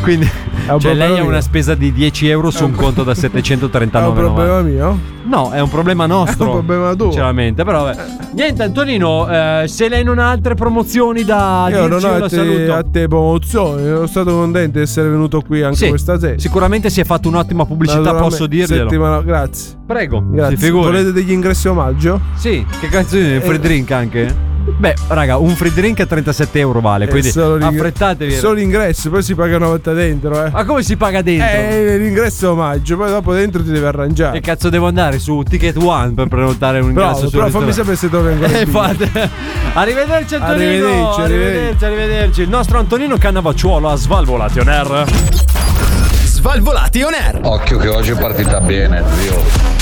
Quindi, un cioè, lei ha problema mio. una spesa di 10 euro su un conto da È un 739. problema mio? No, è un problema nostro. È un problema tuo. Sinceramente, però. vabbè. Niente, Antonino, eh, se lei non ha altre promozioni da Io dirci, non ho la a te, saluto. a te promozioni, sono stato contento di essere venuto qui anche Sì, questa sera. Sicuramente si è fatto un'ottima pubblicità, Naturalmente, posso dirglielo. settimana- grazie. Prego, Grazie. si figuri. Volete degli ingressi omaggio? Sì, che cazzo è un free drink anche? Beh, raga, un free drink a 37 euro vale, quindi Eh, solo l'ing- affrettatevi. Ah, Solo l'ingresso, poi si paga una volta dentro, eh. Ma come si paga dentro? Eh, l'ingresso è omaggio, poi dopo dentro ti devi arrangiare. Che cazzo devo andare su Ticket One per prenotare un Bravo, ingresso sul però fammi sapere ristorante? se trovi ancora. Eh, il biglietti. fate. Arrivederci Antonino. Arrivederci, arrivederci, arrivederci. arrivederci. Il nostro Antonino Cannavacciuolo a Svalvolati on Air. Svalvolati on air. Occhio che oggi è partita bene, zio.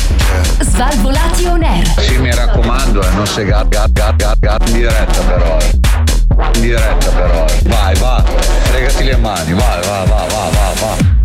Svalvolati on air. Sì, mi raccomando, eh, non sei gat, gat, gat, gat, gat, in diretta però. eh. In diretta però. eh. Vai, va. Fregati le mani, vai, va, va, va, va, va.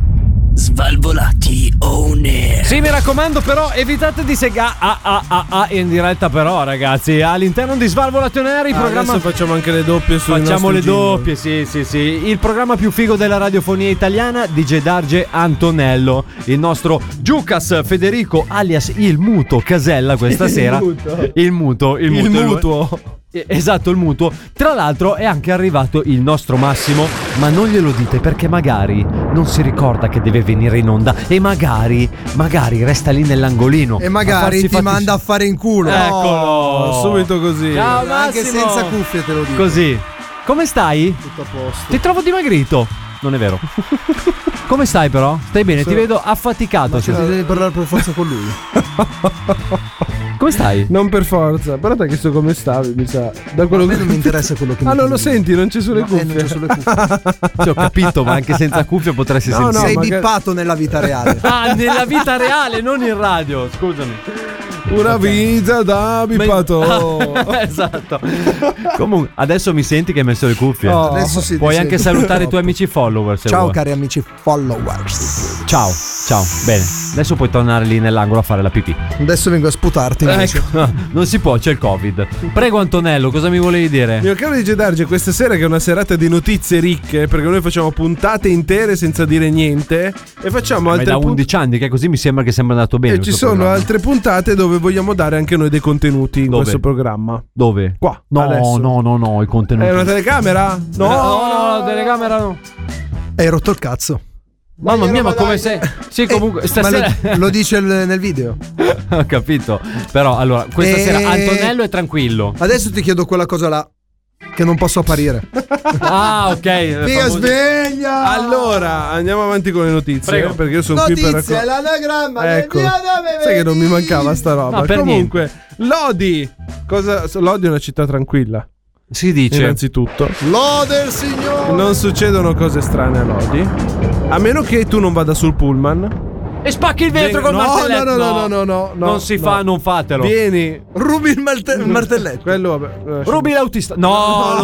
Svalvolati on air. Sì, mi raccomando, però evitate di segare ah, ah, ah, ah, in diretta, però, ragazzi. All'interno di Svalvolation Air il Ah, programma. Adesso facciamo anche le doppie sui Facciamo nostri le jingle. doppie, sì, sì, sì. Il programma più figo della radiofonia italiana di Gedarge Antonello, il nostro Giucas Federico alias il muto Casella questa Il sera. muto. Il muto, il muto. Il lui- mutuo. Eh, Esatto, il mutuo. Tra l'altro è anche arrivato il nostro Massimo, ma non glielo dite perché magari non si ricorda che deve venire in onda e magari, magari resta lì nell'angolino. E a farsi magari i ti fatti manda a fare in culo. Eccolo, subito così. Ciao, Anche Massimo. senza cuffie te lo dico. Così. Come stai? Tutto a posto. Ti trovo dimagrito. Non è vero. Come stai però? Stai bene, ti Sono- vedo affaticato. Cioè, Sì. devi parlare per forza con lui. Come stai? Non per forza, però ti ha chiesto come stavi, mi sa. Da quello che non mi interessa quello che Ah, non lo senti, non c'è sulle Eh, eh, cuffie. non c'è sulle Sì, ho capito, ma anche senza cuffia potresti No, sentire. no, Sei magari- bippato nella vita reale. Ah, nella vita reale, non in radio, scusami. Una vita da bipato. esatto. Comunque, adesso mi senti che hai messo le cuffie. Oh, Adesso sì, ti Puoi anche sento. salutare i tuoi amici follower. se Ciao vuoi. cari amici followers. Ciao, ciao. Bene, adesso puoi tornare lì nell'angolo a fare la pipì. Adesso vengo a sputarti invece. Ecco, no, non si può, c'è il Covid. Prego Antonello, cosa mi volevi dire? Mio caro DJ Darge, questa sera che è una serata di notizie ricche, perché noi facciamo puntate intere senza dire niente e facciamo Ma è altre da pun- 11 anni che così mi sembra che sia andato bene. e Eh, ci questo sono programma. altre puntate dove vogliamo dare anche noi dei contenuti in Dove? Mm. questo programma. Dove? Qua. No, adesso. no, no, no, i contenuti. È una telecamera? No, no, la telecamera no. Hai rotto il cazzo. Eh, Mamma mia, ma come sei? Eh, Sì, comunque, stasera. Ma lo, lo dice il- nel video. Ho capito. Però, allora, questa E- Eh. sera Antonello è tranquillo. Adesso ti chiedo quella cosa là che non posso apparire. Ah, ok. le Figa famose- sveglia! Allora, andiamo avanti con le notizie. Prego. eh, Perché io sono qui per. Notizia, raccon- è l'anagramma Ecco. del mio nome. Sai che non mi mancava sta roba. No, per Comunque, Lodi. Cosa... Lodi è una città tranquilla. Si dice. Innanzitutto, Lode il signore. non succedono cose strane a Lodi. A meno che tu non vada sul pullman. E spacchi il vetro Vengo- col no, martelletto. no, no, no, no, no, no, Non si no. fa, non fatelo. Vieni. Rubi il malte- il martelletto. Quello, vabbè, eh, Rubi l'autista. No,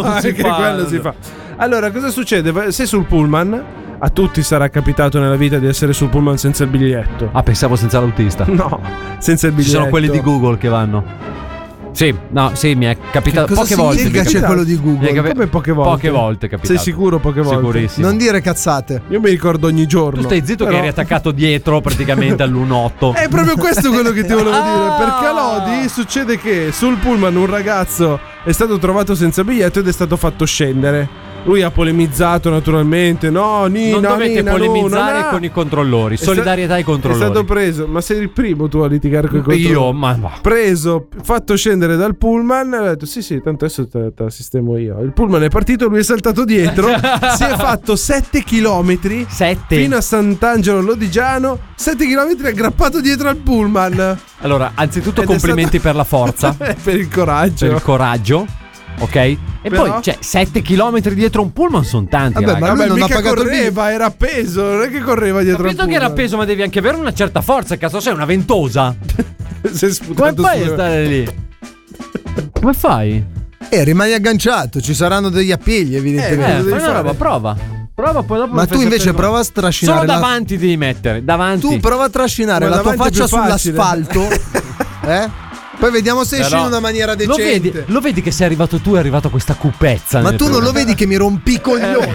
No, non si anche fa. quello si fa. Allora, cosa succede? Sei sul pullman. A tutti sarà capitato nella vita di essere sul pullman senza il biglietto. Ah, pensavo senza l'autista. No, senza il biglietto. Ci sono quelli di Google che vanno. Sì, no, sì, mi è capitato Cosa poche volte. significa mi è c'è quello di Mi è Google? capi- Come poche volte? Poche volte, capito. Sei sicuro poche volte? Sicurissimo. Non dire cazzate. Io mi ricordo ogni giorno. Tu stai zitto però- Eh, che eri attaccato dietro praticamente all'1.8. È proprio questo quello che ti volevo Ah! dire. Perché a Lodi succede che sul pullman un ragazzo è stato trovato senza biglietto ed è stato fatto scendere. Lui ha polemizzato naturalmente. No, Nina, non Nina, dovete no, polemizzare no, no. con i controllori. È sta- Solidarietà ai controllori. È stato preso, ma sei il primo tu a litigare con i controllori. Io, ma va. Preso, fatto scendere dal pullman, ha detto sì sì, tanto adesso te te la sistemo io. Il pullman è partito, lui è saltato dietro, si è fatto 7 km 7. fino a Sant'Angelo Lodigiano, 7 km aggrappato dietro al pullman. Allora, anzitutto Ed è complimenti stato- per la forza, per per il coraggio. il coraggio, ok? E Però- poi, cioè, 7 km dietro un pullman sono tanti, Vabbè, raga. ma Vabbè, lui non ha mica pagato il correva, era appeso, non è che correva dietro al Capito che pullman. era appeso, ma devi anche avere una certa forza, cazzo, sei una ventosa. Si è Come sputato fai a sulle- stare lì? Come fai? Eh, rimani agganciato, ci saranno degli appigli, Eh, evidentemente. fai devi una fare? roba, prova. Prova poi dopo Ma mi tu fai invece sapere prova a come- Solo strascinare la davanti devi mettere, davanti. Tu prova a trascinare Ma la tua davanti è faccia più facile. sull'asfalto. eh? Poi vediamo se esci Però- in una maniera lo decente. vedi, lo vedi che sei arrivato tu, è arrivata questa cupezza. Ma nel tu non lo programma. vedi che mi rompi i Eh. coglioni?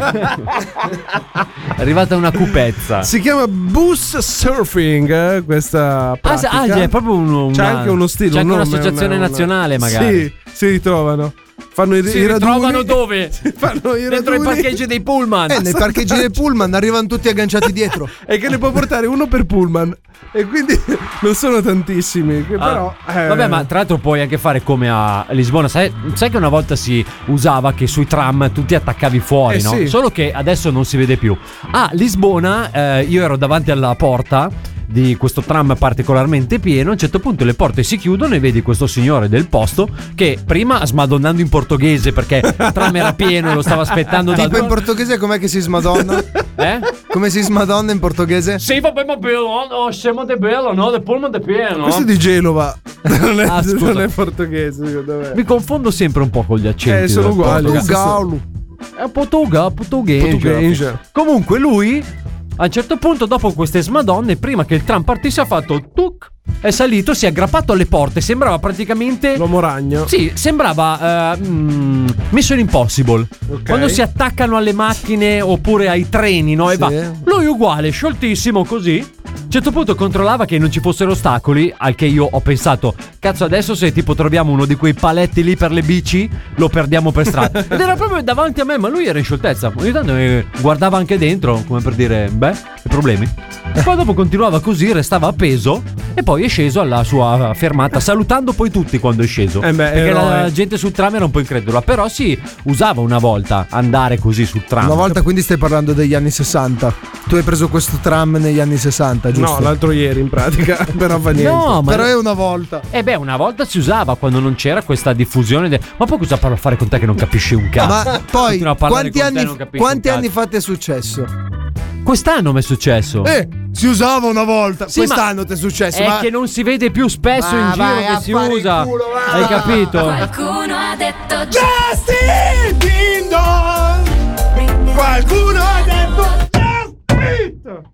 È arrivata una cupezza. Si chiama bus surfing eh, questa Ah, se- pratica. ah, gli è proprio un, un- C'è anche uno stile, C'è un anche nome, un'associazione una- una- nazionale, magari. Sì, si ritrovano. Fanno i, Si i raduni. ritrovano dove? Fanno i Dentro i raduni. parcheggi dei pullman. Eh, nei parcheggi del pullman arrivano tutti agganciati dietro. E che ne può portare uno per pullman. E quindi non sono tantissimi. Che Ah, però. eh, Vabbè, ma tra l'altro puoi anche fare come a Lisbona. Sai, sai che una volta si usava che sui tram tu ti attaccavi fuori, Eh, no? sì. Solo che adesso non si vede più. A Lisbona, eh, io ero davanti alla porta di questo tram particolarmente pieno. A un certo punto le porte si chiudono e vedi questo signore del posto che prima smadonnando in portoghese perché il tram era pieno e lo stava aspettando da Tipo due in portoghese com'è che si smadonna? Eh? Come si smadonna in portoghese? Sì, vabbè, ma bello, oh, scemo de bello, no, del pullman de pieno. Questo è di Genova. non, è, Ah, scusa. non è portoghese, secondo me. Mi confondo sempre un po' con gli accenti. Eh, sono del uguali. portoghese. Portogallo. È portoga- portoghese. Portoghese. Eh, Comunque lui A un certo punto, dopo queste smadonne, prima che il tram partisse, ha fatto tuc. È salito, si è aggrappato alle porte. Sembrava praticamente. L'uomo ragno. Sì, sembrava. eh, mm, Mission Impossible. Quando si attaccano alle macchine oppure ai treni, no? E Sì. va. Lui uguale, scioltissimo così. A un certo punto controllava che non ci fossero ostacoli, al che io ho pensato, cazzo adesso se tipo troviamo uno di quei paletti lì per le bici, lo perdiamo per strada. Ed era proprio davanti a me, ma lui era in scioltezza. Ogni tanto eh, guardava anche dentro, come per dire, beh, che problemi. E Eh. poi dopo continuava così, restava appeso e poi è sceso alla sua fermata, salutando poi tutti quando è sceso. Eh beh, perché la eroe. gente sul tram era un po' incredula, però si usava una volta andare così sul tram. Una volta quindi stai parlando degli anni 60. Tu hai preso questo tram negli anni 60, giusto? No, l'altro ieri in pratica, però fa niente. No, ma- Però è una volta. Eh beh, una volta si usava quando non c'era questa diffusione. de- Ma poi cosa parlo a fare con te che non capisci un cazzo? Ma poi, Continuo a parlare quanti con te, anni, non capisci quanti un anni cazzo. fa ti è successo? Quest'anno mi è successo. Eh, si usava una volta. Sì, Quest'anno ma- ti è successo. È ma... che non si vede più spesso Ma in vai giro a che si fare il usa. culo, va. Hai capito? Qualcuno ha detto Justin Dindon! Qualcuno ha detto Justin!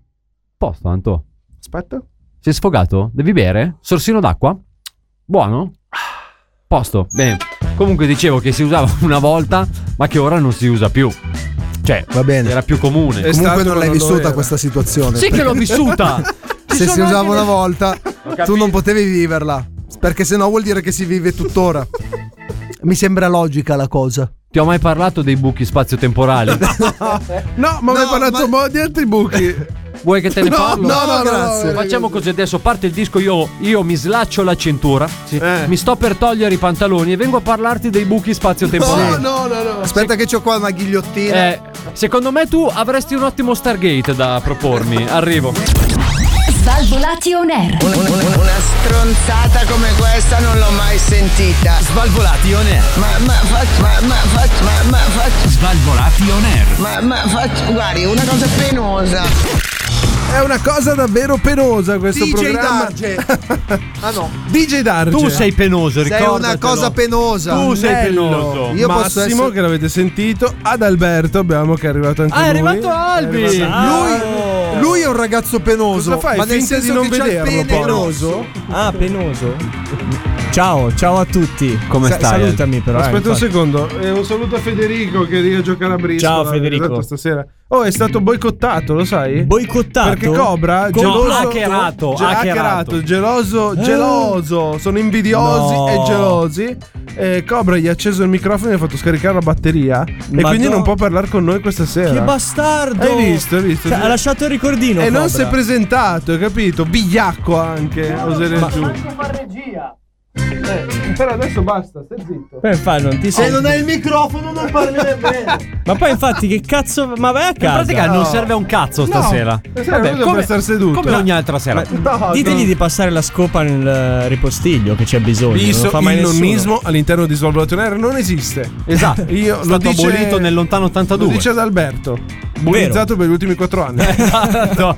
Posto, Anto. Aspetta. Sei sfogato? Devi bere? Sorsino d'acqua? Buono? Posto. Bene. Comunque dicevo che si usava una volta, ma che ora non si usa più. Cioè, Va bene. era più comune. Comunque stato non l'hai non lo vissuta era. questa situazione. Sì che l'ho vissuta! Ci Se si sono usava anche una dei- volta, tu non potevi viverla. Perché sennò vuol dire che si vive tuttora. Mi sembra logica la cosa. Ti ho mai parlato dei buchi spazio-temporali? No, ma mi hai parlato un po' di altri buchi. Vuoi che te ne No, parlo? no, no, no, grazie. no, Facciamo così adesso, parte il disco, io, io mi slaccio la cintura, sì. Eh. mi sto per togliere i pantaloni e vengo a parlarti dei buchi spazio-temporali. no, no, no. Aspetta, che c'ho qua una ghigliottina. Eh, secondo me tu avresti un ottimo Stargate da propormi. Arrivo. Svalvolati on air. Una stronzata come questa non l'ho mai sentita. Svalvolati on air. Ma ma fac- ma ma fac- ma ma fac- Svalvolati on air. ma ma fac- guardi, una cosa penosa. È una cosa davvero penosa questo DJ programma. Darge. Ah no. DJ Darge. Tu sei penoso, Sei ricordatelo. una cosa penosa. Tu sei Bello. penoso. Io posso Massimo essere- che l'avete sentito, ad Alberto abbiamo che è arrivato anche Ah, è lui. arrivato Albi. È arrivato- Lui, lui è un ragazzo penoso. Ah, Cosa fai? Ma nel Finta di senso non che c'ha il vederlo, pene poi? penoso? Ah, penoso? Ciao, ciao a tutti. Come stai, Salutami però. eh, Aspetta un infatti. secondo, e un saluto a Federico che io giocare a briscola. Ciao, che Federico. ha detto Stasera. Oh, è stato boicottato, lo sai? Boicottato? Perché Cobra, Con- geloso, hackerato, ge- hackerato. Eh? hackerato, geloso, geloso, sono invidiosi No. e gelosi. E Cobra gli ha acceso il microfono e gli ha fatto scaricare la batteria e Madonna. quindi non può parlare con noi questa sera. Che bastardo! Hai visto, hai visto? Cioè, ha lasciato il ricordino. e non Cobra. si è presentato, hai capito? Bigliacco anche, oserei Ma- giù. regia. però Eh, adesso basta, stai zitto. Eh, fa, non ti Se sento. non hai il microfono non parli nemmeno. Ma poi infatti che cazzo... Ma vai a In casa. pratica non No. serve un cazzo No, stasera. stasera cosa per star seduto. come ogni altra sera. No, Ditegli no. di passare la scopa nel eh, ripostiglio che c'è bisogno. non lo Visto fa mai il nessuno. nonnismo all'interno di Svalvolation Air non esiste. Esatto. Io È lo stato dice- abolito nel lontano Lo 82. dice ad Alberto. Bullizzato per gli ultimi quattro anni. Esatto.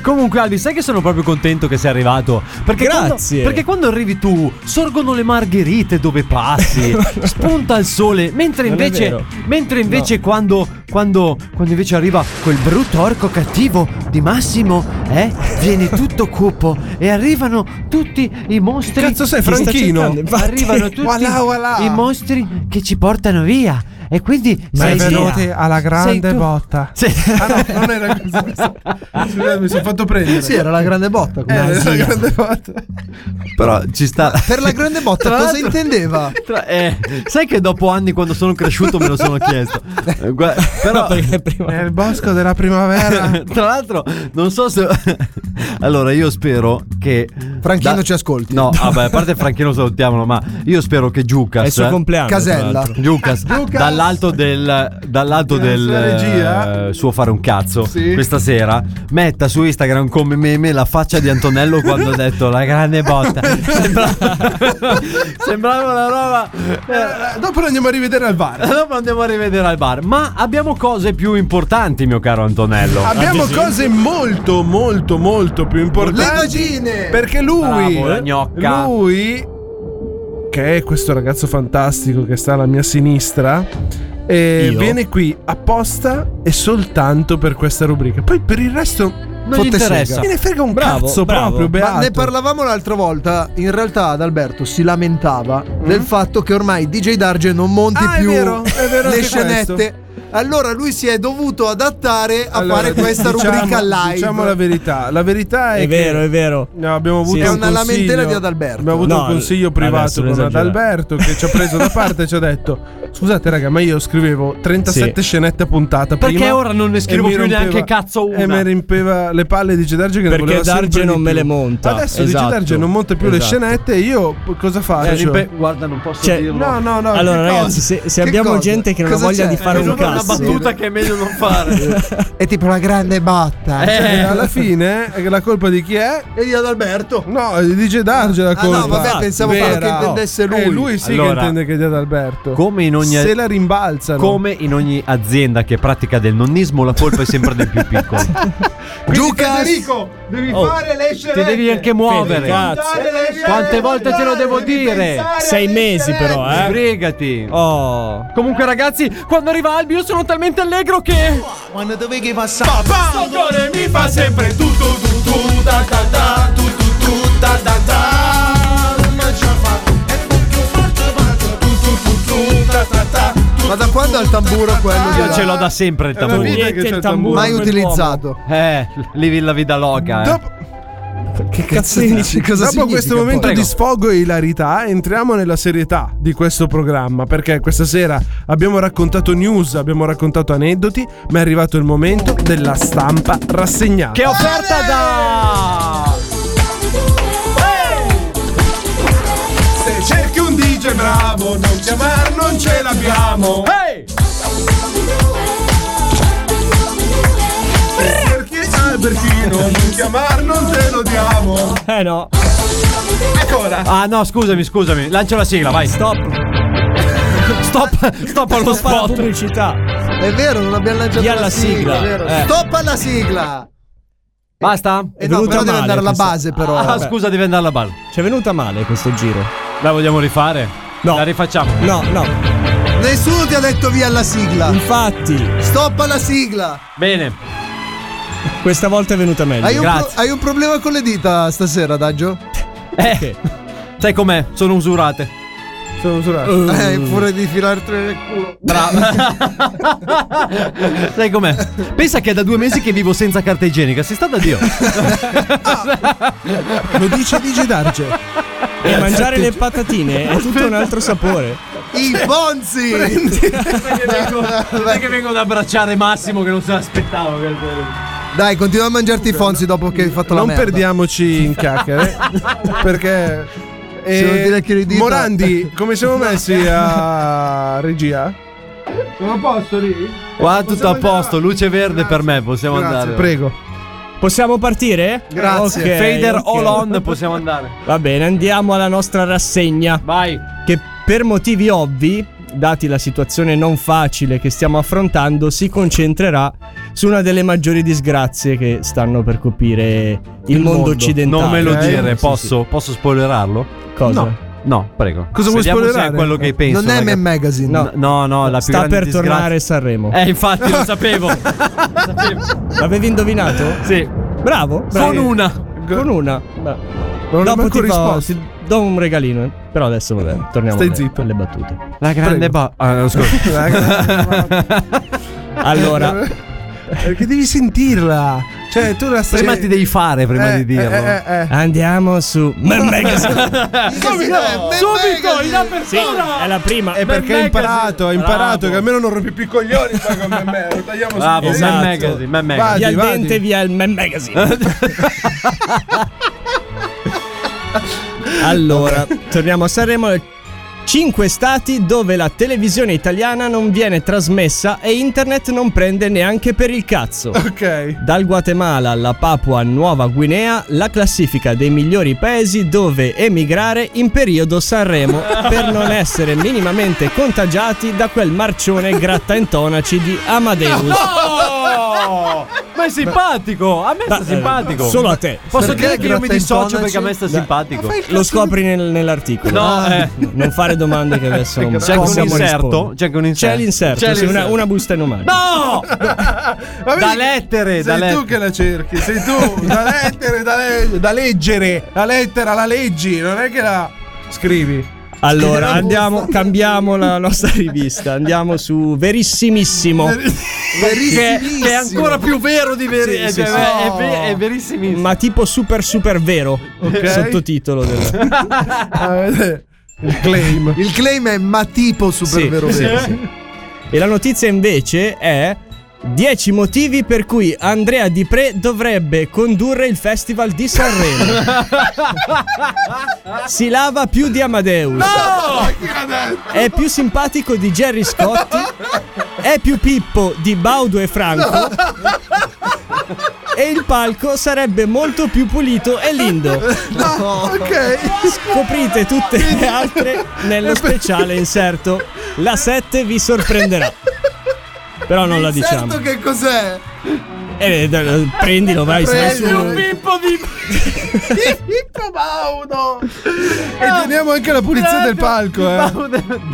Comunque, Albi, sai che sono proprio contento che sei arrivato. Perché Grazie. Quando, perché quando arrivi tu, sorgono le margherite dove passi, spunta il sole. Mentre Non è invece, vero. mentre invece quando, quando, quando invece arriva quel brutto orco cattivo di Massimo, eh, viene tutto cupo e arrivano tutti i mostri. Cazzo sei, che sta Franchino? cercando, infatti. Arrivano tutti Voilà, voilà. i mostri che ci portano via. E quindi sei venuti via. alla grande Sei tu- botta. Sei- Ah no, non era così. Scusate, Mi sono fatto prendere. Sì, era la grande botta. Eh, era comunque. la grande botta. Però ci sta. Per la grande botta Tra cosa l'altro- intendeva? Tra- eh, sai che dopo anni quando sono cresciuto me lo sono chiesto. Eh, gua- però Perché prima... Nel bosco della primavera. tra l'altro non so se Allora io spero che Franchino ci ascolti. No, vabbè, a parte Franchino salutiamolo, ma io spero che Giucas eh, È il suo compleanno. tra Casella. l'altro. Giucas, dall'alto del, dall'alto Della del sua regia. eh, suo fare un cazzo Sì. questa sera, metta su Instagram come meme la faccia di Antonello quando ha detto la grande botta. sembrava, sembrava una roba. Eh, dopo lo andiamo a rivedere al bar. Dopo andiamo a rivedere al bar. Ma abbiamo cose più importanti, mio caro Antonello. Abbiamo cose molto, molto, molto più importanti. Le vagine! Perché lui, Bravo, la gnocca. lui, che è questo ragazzo fantastico che sta alla mia sinistra, eh, Io? viene qui apposta e soltanto per questa rubrica. Poi per il resto Non gli interessa. Me ne frega un cazzo proprio, beato. Ma ne parlavamo l'altra volta. In realtà, Adalberto si lamentava del fatto che ormai DJ Darge non monti Mm? Ah, è più vero, è vero anche le scenette. Allora lui si è dovuto adattare a Allora, fare questa diciamo- rubrica live. Diciamo la verità. La verità è, È vero, che è vero. No, abbiamo avuto Sì, un è una consiglio- lamentela di Adalberto. Abbiamo avuto No, un consiglio vabbè, privato adesso non con esagerare. Adalberto che ci ha preso da parte e ci ha detto: Scusate, raga, ma io scrivevo 37 Sì. scenette a puntata. Perché prima ora non ne e scrivo mi più neanche cazzo una?" E mi rimpeva le palle di Darge che ne Perché voleva sempre Darge di non più. me le monta, Adesso esatto. Darge non monta più le Esatto. scenette. E io p- cosa faccio? Cioè, Guarda, non posso Cioè- dirlo. No, no, no. allora, che ragazzi, cosa? se, se Che abbiamo cosa? gente che non Cosa ha voglia c'è? di fare Eh, un non ho una cazzo, battuta che è meglio non fare. È tipo una grande botta. Cioè, alla fine eh, la colpa di chi è? E di Adalberto. No, di DJ Darge la Ah, no, colpa. vabbè, pensavo Vera. che intendesse lui. Eh, lui sì Allora, che intende che dia ad Alberto. come in ogni- se la rimbalzano. Come in ogni azienda che pratica del nonnismo, la colpa è sempre del più piccolo. Giuca Federico, devi Oh, fare le scenette. Ti devi anche muovere. Devi montare le scenette, Quante volte te lo devo devi dire? pensare alle scenette. Sbrigati. eh. Oh. Comunque, ragazzi, quando arriva Albi, io sono talmente allegro che. Quando dovevi passare Papà Dottore mi fa sempre tu tu tu tu da da da tu tu tu da da da Non ce la faccio È perché ho fatto fatto tu tu tu tu da da da Ma da quando ha il tamburo quello? Io ce l'ho da sempre il È la tamburo. vita che c'è il tamburo. Mai utilizzato. Eh, vivi la vita loca. eh. Dopo- Che cazzo dici? Cosa Dopo significa questo poi? momento Prego. di sfogo e ilarità, entriamo nella serietà di questo programma. Perché questa sera abbiamo raccontato news, abbiamo raccontato aneddoti, ma è arrivato il momento della stampa rassegnata. Che è offerta da. Se cerchi un DJ bravo Non chiamar non ce l'abbiamo Ehi Perché Albertino Non chiamar non te lo diamo Eh no. Ancora Ah, no, scusami, scusami. Lancio la sigla, vai. Stop. Stop, stop allo Stoppa la spot. pubblicità. È vero, non abbiamo lanciato Dia la la sigla. sigla, vero. eh. Stop alla sigla. Basta? Eh no, però deve andare alla questa- base, però. Ah, Vabbè. scusa, deve andare alla balla. Ci è venuta male questo giro. La vogliamo rifare? No. La rifacciamo. No, no. Nessuno ti ha detto via alla sigla. Infatti, Stop alla sigla. Bene. Ah, questa volta è venuta meglio. Hai un, pro- Grazie. hai un problema con le dita stasera, Daggio? Eh. Sai com'è? Sono usurate. Sono usurato. Uh. Eh, pure di filartene nel culo. Sai com'è? Pensa che è da due mesi che vivo senza carta igienica. Si sta da Dio. Lo dice DJ Darge. E mangiare le patatine è tutto un altro sapore. I Cioè, Bonzi! Sai che vengo ad abbracciare Massimo che non se l'aspettavo. Dai, continua a mangiarti i Fonzi dopo che hai fatto non la merda. perdiamoci in chiacchiere perché eh, non ti lecchi le dita- Morandi come siamo messi a regia? sono a posto lì? Qua tutto a posto, luce verde per me, possiamo grazie andare. prego Possiamo partire? Grazie. Ok, Fader ok. all on, possiamo andare. Va bene, andiamo alla nostra rassegna. Vai. Che per motivi ovvi, dati la situazione non facile che stiamo affrontando, si concentrerà su una delle maggiori disgrazie che stanno per coprire il, mondo, occidentale. Non me lo Eh, dire, sì, posso, posso spoilerarlo? Cosa? No. No, prego. Cosa vuoi Vediamo se spoilerare? è quello Eh, che penso. non è ragazzi. Man Magazine. No, no, no, la più Sta grande per disgrazia- tornare Sanremo. Eh, infatti, lo sapevo. Lo sapevo. L'avevi indovinato? Sì. Bravo, bravo. Con una. Con una. Bra- non ho Dopo ancora ti, fa- risposto ti do un regalino. eh. Però adesso vabbè, torniamo Stai alle, zitto. alle battute. La grande ba. Ah, no, scusa. Allora, perché devi sentirla cioè tu la stai prima ti devi fare prima Eh, di dirlo. eh, eh, eh. andiamo su Man Magazine. Subito! Subito, in Sì, è la prima. è perché hai imparato, hai imparato Bravo. che almeno non rompi più i coglioni. fai come me, lo tagliamo Bravo, subito. Esatto. Man Magazine, Man Magazine. Via Vadi, il vadi. dente, via il Man Magazine. allora, torniamo a Sanremo. Cinque stati dove la televisione italiana non viene trasmessa e internet non prende neanche per il cazzo. Ok. Dal Guatemala alla Papua Nuova Guinea, la classifica dei migliori paesi dove emigrare in periodo Sanremo per non essere minimamente contagiati da quel marcione gratta intonaci di Amadeus. Oh, ma è simpatico. A me sta Ma- simpatico. eh, solo a te. Posso Perché dire che io mi Grattantonacci- dissocio perché a me sta Dai. simpatico. Lo scopri nel- nell'articolo. No, eh. Non fare domande che adesso non C'è anche un possiamo inserto? rispondere. C'è anche un C'è inserto? l'inserto. C'è sì, l'inserto. Una, una busta in omaggio. No! da lettere, sei da tu lettere. che la cerchi, sei tu, da lettere, da, le- da leggere, la lettera, la leggi, non è che la scrivi. Allora, andiamo, cambiamo la nostra rivista. Andiamo su Verissimissimo. Che, che è ancora più vero di vero. Sì, sì, sì. È, ve- è verissimissimo. Ma tipo super super vero. Ok. Sottotitolo del Ah, Il claim. Il claim è ma tipo super Sì, vero sì, vero. sì. E la notizia invece è 10 motivi per cui Andrea Di Pre dovrebbe condurre il Festival di Sanremo. si lava più di Amadeus. È più simpatico di Jerry Scotti. È più pippo di Baudo e Franco. E il palco sarebbe molto più pulito e lindo. Scoprite tutte le altre nello speciale inserto. La 7 vi sorprenderà. Però non la diciamo. che cos'è? Eh, d- d- prendilo, vai. se no su- Pippo di Pippo Baudo. E teniamo anche la pulizia del palco, eh.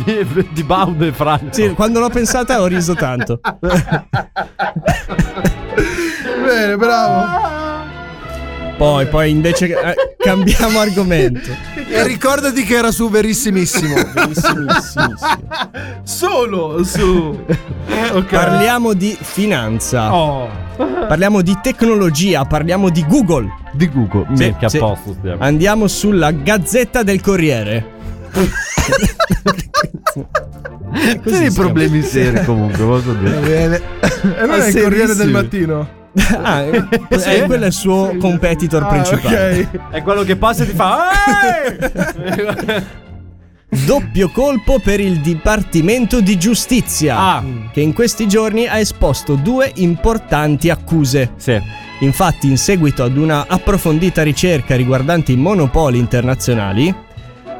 di, di Baudo e Franco. Sì, quando l'ho pensata Esatto. ho riso tanto. Bene, Eh, bravo. Poi, poi invece eh, cambiamo argomento. E ricordati che era su verissimissimo. Solo su Ok. Parliamo di finanza. Oh. Parliamo di tecnologia, parliamo di Google. Di Google, Sì, minchia, sì. a posto stiamo. Andiamo sulla Gazzetta del Corriere. C'è dei problemi seri comunque, posso dire. E non è il Corriere del Mattino. Ah, Ah, eh, Ah, eh, quello è il suo competitor principale. ok. È quello che passa e ti fa. Doppio colpo per il Dipartimento di Giustizia, Ah. che in questi giorni ha esposto due importanti accuse. Infatti, in seguito ad una approfondita ricerca riguardante i monopoli internazionali,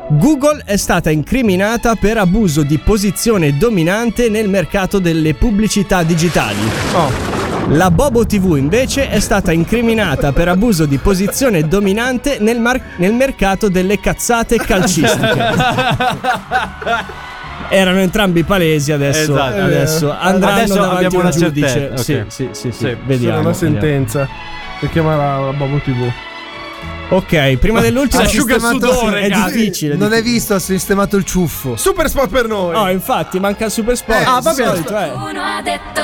Google è stata incriminata per abuso di posizione dominante nel mercato delle pubblicità digitali. Oh. La Bobo TV invece è stata incriminata per abuso di posizione dominante nel, mar- nel mercato delle cazzate calcistiche. Erano entrambi palesi, adesso, Esatto. adesso andranno Adesso davanti abbiamo a un una giudice. certezza, Sì, ok. sì, sì, sì, Sì, vediamo. Sono una vediamo. sentenza. Si chiamerà la Bobo TV. Ok, prima dell'ultima sistemato- è difficile. Non hai visto, ha sistemato il ciuffo. Super spot per noi. No, infatti, manca il super sport. Eh, ah, va bene. solito, Uno ha detto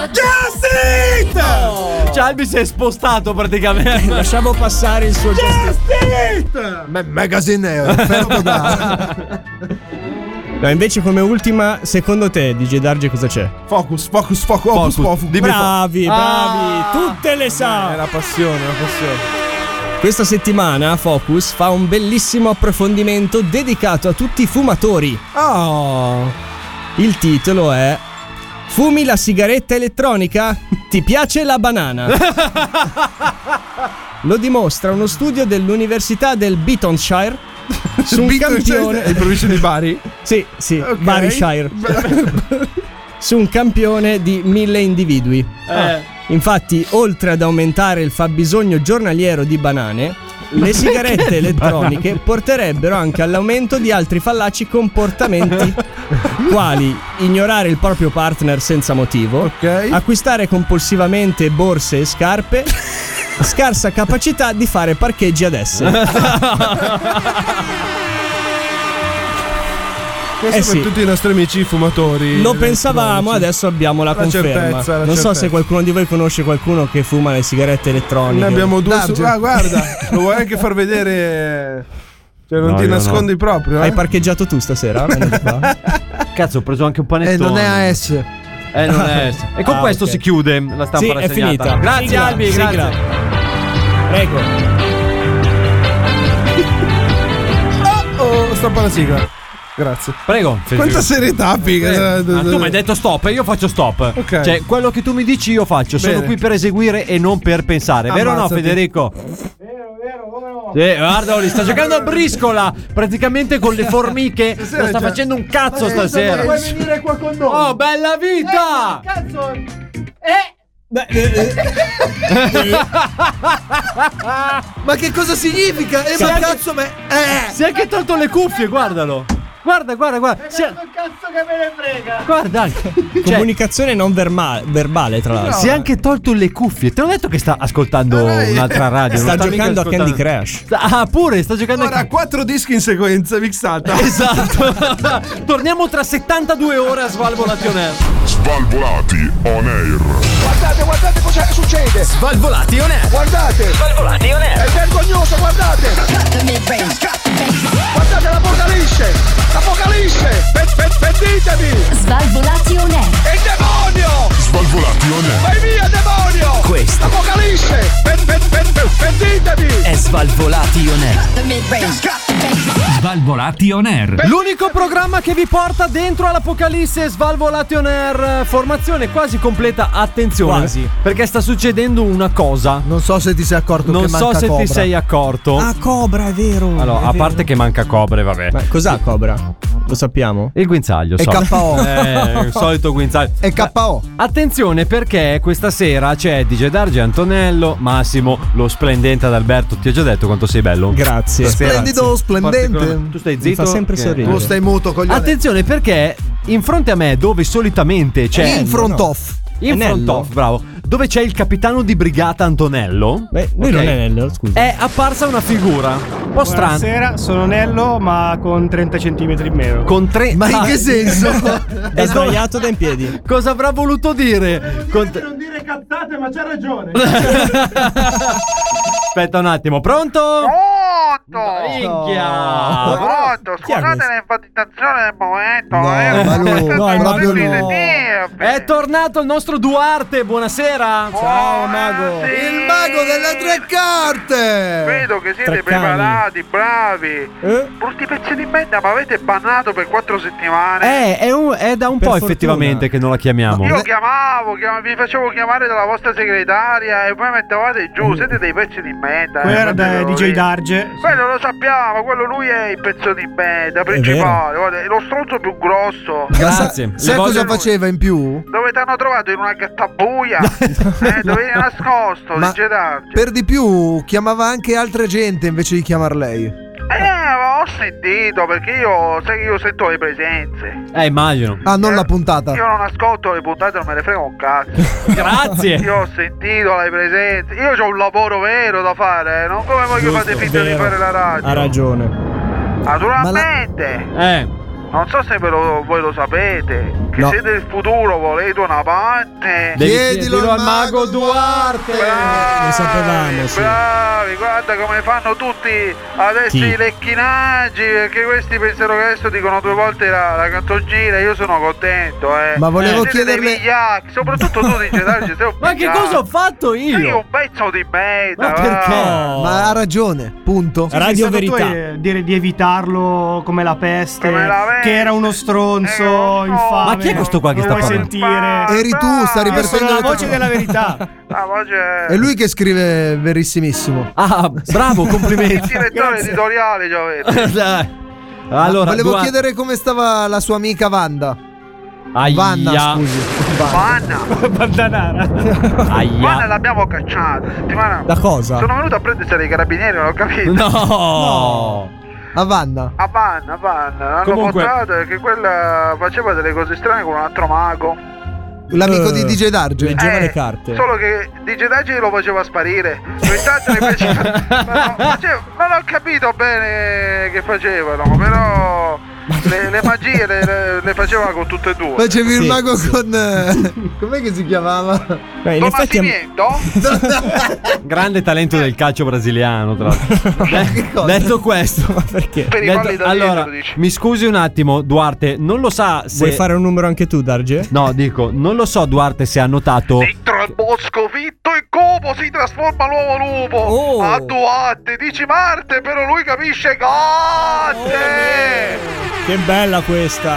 Cioè, Albi si è spostato praticamente. Lasciamo passare il suo gesto. Ah, Magazine è offerto da No, invece, come ultima, secondo te, DJ Darge, cosa c'è? Focus, focus, focus, focus. focus. Oh, Dimmi bravi, bravi, Ah. tutte le sa. È la passione, la passione. Questa settimana Focus fa un bellissimo approfondimento dedicato a tutti i fumatori. Oh! Il titolo è Fumi la sigaretta elettronica? Ti piace la banana? Lo dimostra uno studio dell'Università del Beatonshire su un Beaton- campione è in provincia di Bari. Sì, sì, Ok. Barishire. su un campione di mille individui. Infatti, oltre ad aumentare il fabbisogno giornaliero di banane, le sigarette elettroniche porterebbero anche all'aumento di altri fallaci comportamenti, quali ignorare il proprio partner senza motivo, acquistare compulsivamente borse e scarpe, scarsa capacità di fare parcheggi ad esse. Questo Eh per sì. tutti i nostri amici fumatori. Lo pensavamo, elettronici. adesso abbiamo la, La conferma. certezza, la non so certezza. se qualcuno di voi conosce qualcuno che fuma le sigarette elettroniche. Ne abbiamo due su. Darge. Ah, guarda, lo vuoi anche far vedere. Cioè, non No, ti io no. nascondi proprio. Eh? Hai parcheggiato tu stasera? Venuto qua? Cazzo, ho preso anche un e panettone. Eh, non è AS. Eh, non è. E con Ah, questo ok. si chiude la stampa sì, è rassegnata. finita. Grazie, Sigla, Albi. sigla. Grazie. Cioè, Prego. Oh, stoppa la sigla. Grazie. Prego. Quanta serietà, figa. cioè, Ah, tu mi hai detto stop e io faccio stop. Eh, Ok. Cioè, quello che tu mi dici io faccio. Sono Bene. qui per eseguire e non per pensare. Vero o no, Ammazzati. Federico? Sì, guarda, oh, li sta giocando a briscola. Praticamente con le formiche. Non sta facendo un cazzo stasera. venire qua con noi? Oh, bella vita! Cazzo! Eh! ma che cosa significa? Eh, Si ma è anche- cazzo, ma. Eh! Si è anche tolto le cuffie, guardalo. Guarda, guarda, guarda. Si è- cazzo che me ne frega. Guarda anche. Comunicazione non verbale, tra l'altro. Si è anche tolto le cuffie. Te l'ho detto che sta ascoltando un'altra radio. Sta non mica giocando a ascoltando- Candy Crush. Sta- Ah, pure, sta giocando a Candy quattro dischi in sequenza, mixata. Eh, Esatto. Torniamo tra 72 ore a Svalvolation Air. Svalvolati on air. Guardate, guardate cosa succede. Svalvolati on air. Guardate. Svalvolati on air. È vergognoso, guardate. Guardate l'apocalisse. L'apocalisse. Pe- pe- Pentitevi. Svalvolati on air. È il demonio. Svalvolati on air. Vai via, demonio. Questo. Apocalisse. Pe- pe- pe- pe- Pentitevi. Eh. È Svalvolati on air. Svalvolati on air. L'unico programma che vi porta dentro all'Apocalisse è Svalvolation Air. Formazione quasi completa, attenzione. Quasi. Perché sta succedendo una cosa. Non so se ti sei accorto Non che so manca se Cobra. ti sei accorto. Ah, Cobra, è vero. Oh. allora, a parte che manca Cobre, vabbè. Ma cos'ha Cobra? Lo sappiamo? Il guinzaglio, È so. KO. Eh, il solito guinzaglio. È KO. Attenzione perché questa sera c'è DJ Darge Antonello, Massimo, lo splendente ad Alberto. Ti ho già detto quanto sei bello. Grazie. Splendido, splendente. Tu stai zitto. che- Tu stai muto, coglione. Attenzione perché in fronte a me, dove solitamente Eh, c'è. In front off. In Anello. front off, bravo. Dove c'è il capitano di brigata Antonello. Beh, lui non è Nello, scusa. È apparsa una figura. Un po' strana. Buonasera, sono Nello, ma con 30 cm in meno. Con tre. Eh, Ma in Ah. che senso? È sbagliato da in piedi. Cosa avrà voluto dire? Con tre- Non dire cazzate, ma c'ha ragione. Aspetta un attimo, pronto? Minchia. Pronto, scusate l'enfatizzazione del momento, eh. ma lui- no, è proprio Sì, no. È tornato il nostro Duarte, buonasera. Ciao mago. Il mago delle tre carte. Vedo che siete Tre cani. preparati, bravi. Eh? Brutti pezzi di merda, ma avete bannato per quattro settimane. Eh, è, un- è da un po' effettivamente che non la chiamiamo. Io chiamavo, chiam- vi facevo chiamare dalla vostra segretaria e poi mettevate giù, siete dei pezzi di merda. eh, Guarda, fatelo DJ lì. Darge. Quello lo sappiamo, quello lui è il pezzo di merda principale, guarda, è lo stronzo più grosso. Sa- Sai cosa faceva in più? Dove ti hanno trovato in una gattabuia? eh, dove eri nascosto, Ma- dice Darge. Per di più, chiamava anche altre gente invece di chiamar lei. Eh, ma ho sentito perché io, sai che io sento le presenze. Eh, immagino. Ah, non la puntata. Io non ascolto le puntate, non me ne frega un cazzo. Grazie. Io ho sentito le presenze. Io ho un lavoro vero da fare, eh, non come voi che Giusto, fate finta di vero. fare la radio. Ha ragione. Naturalmente. Eh. Non so se ve lo- voi lo sapete, che No. siete il futuro, volete una parte. Devi chiederlo al mago Duarte. Bravi, Lo sapevamo, sì. bravi, guarda come fanno tutti adesso Chi? i lecchinaggi, perché questi pensano che adesso dicono due volte la, la canzoncina, io sono contento, eh. Ma volevo Siete chiederle- dei vigliacchi, soprattutto tu dici, Sergio, sei un Ma che vigliacco. cosa ho fatto io? Sei un pezzo di merda, Ma va. perché? Ma ha ragione, punto. Sì, sei stato tu a, eh, dire di evitarlo come la peste, che era uno Eh, stronzo infame. Ma chi è questo qua Non che sta vuoi parlando? sentire? Eri tu, sta Io sono ripersendo la le tue- voce della verità. La voce È lui che scrive verissimissimo. Ah, bravo, il direttore editoriale, già avete. Allora, volevo Duarte- chiedere come stava la sua amica Wanda. Aia. Vanna, scusi. Vanna. Bandanara. Aia. Vanna l'abbiamo cacciata settimana. Da cosa? Sono venuto a prendersela i carabinieri, non ho capito. A Vanna. A Vanna, a Vanna. L'hanno Comunque- portato perché quella faceva delle cose strane con un altro mago. L'amico di DJ Darge. Eh, Solo che DJ Dagi lo faceva sparire. Quest'altro invece. ma no, faceva- non ho capito bene che facevano, però. Le, le magie le, le- le faceva con tutte e due. Facevi il mago con. eh, Com'è che si chiamava? Beh, Don Mattimiento? Grande talento del calcio brasiliano, tra l'altro. De- detto questo, ma perché? Per i Detto- falli da allora, dietro, dici. mi scusi un attimo, Duarte, non lo sa se Vuoi fare un numero anche tu, Darge? No, dico, non lo so Duarte se ha notato Dentro il bosco fitto e cupo si trasforma l'uovo lupo. A Duarte, dici Marte, però lui capisce Gatte. Che bella questa.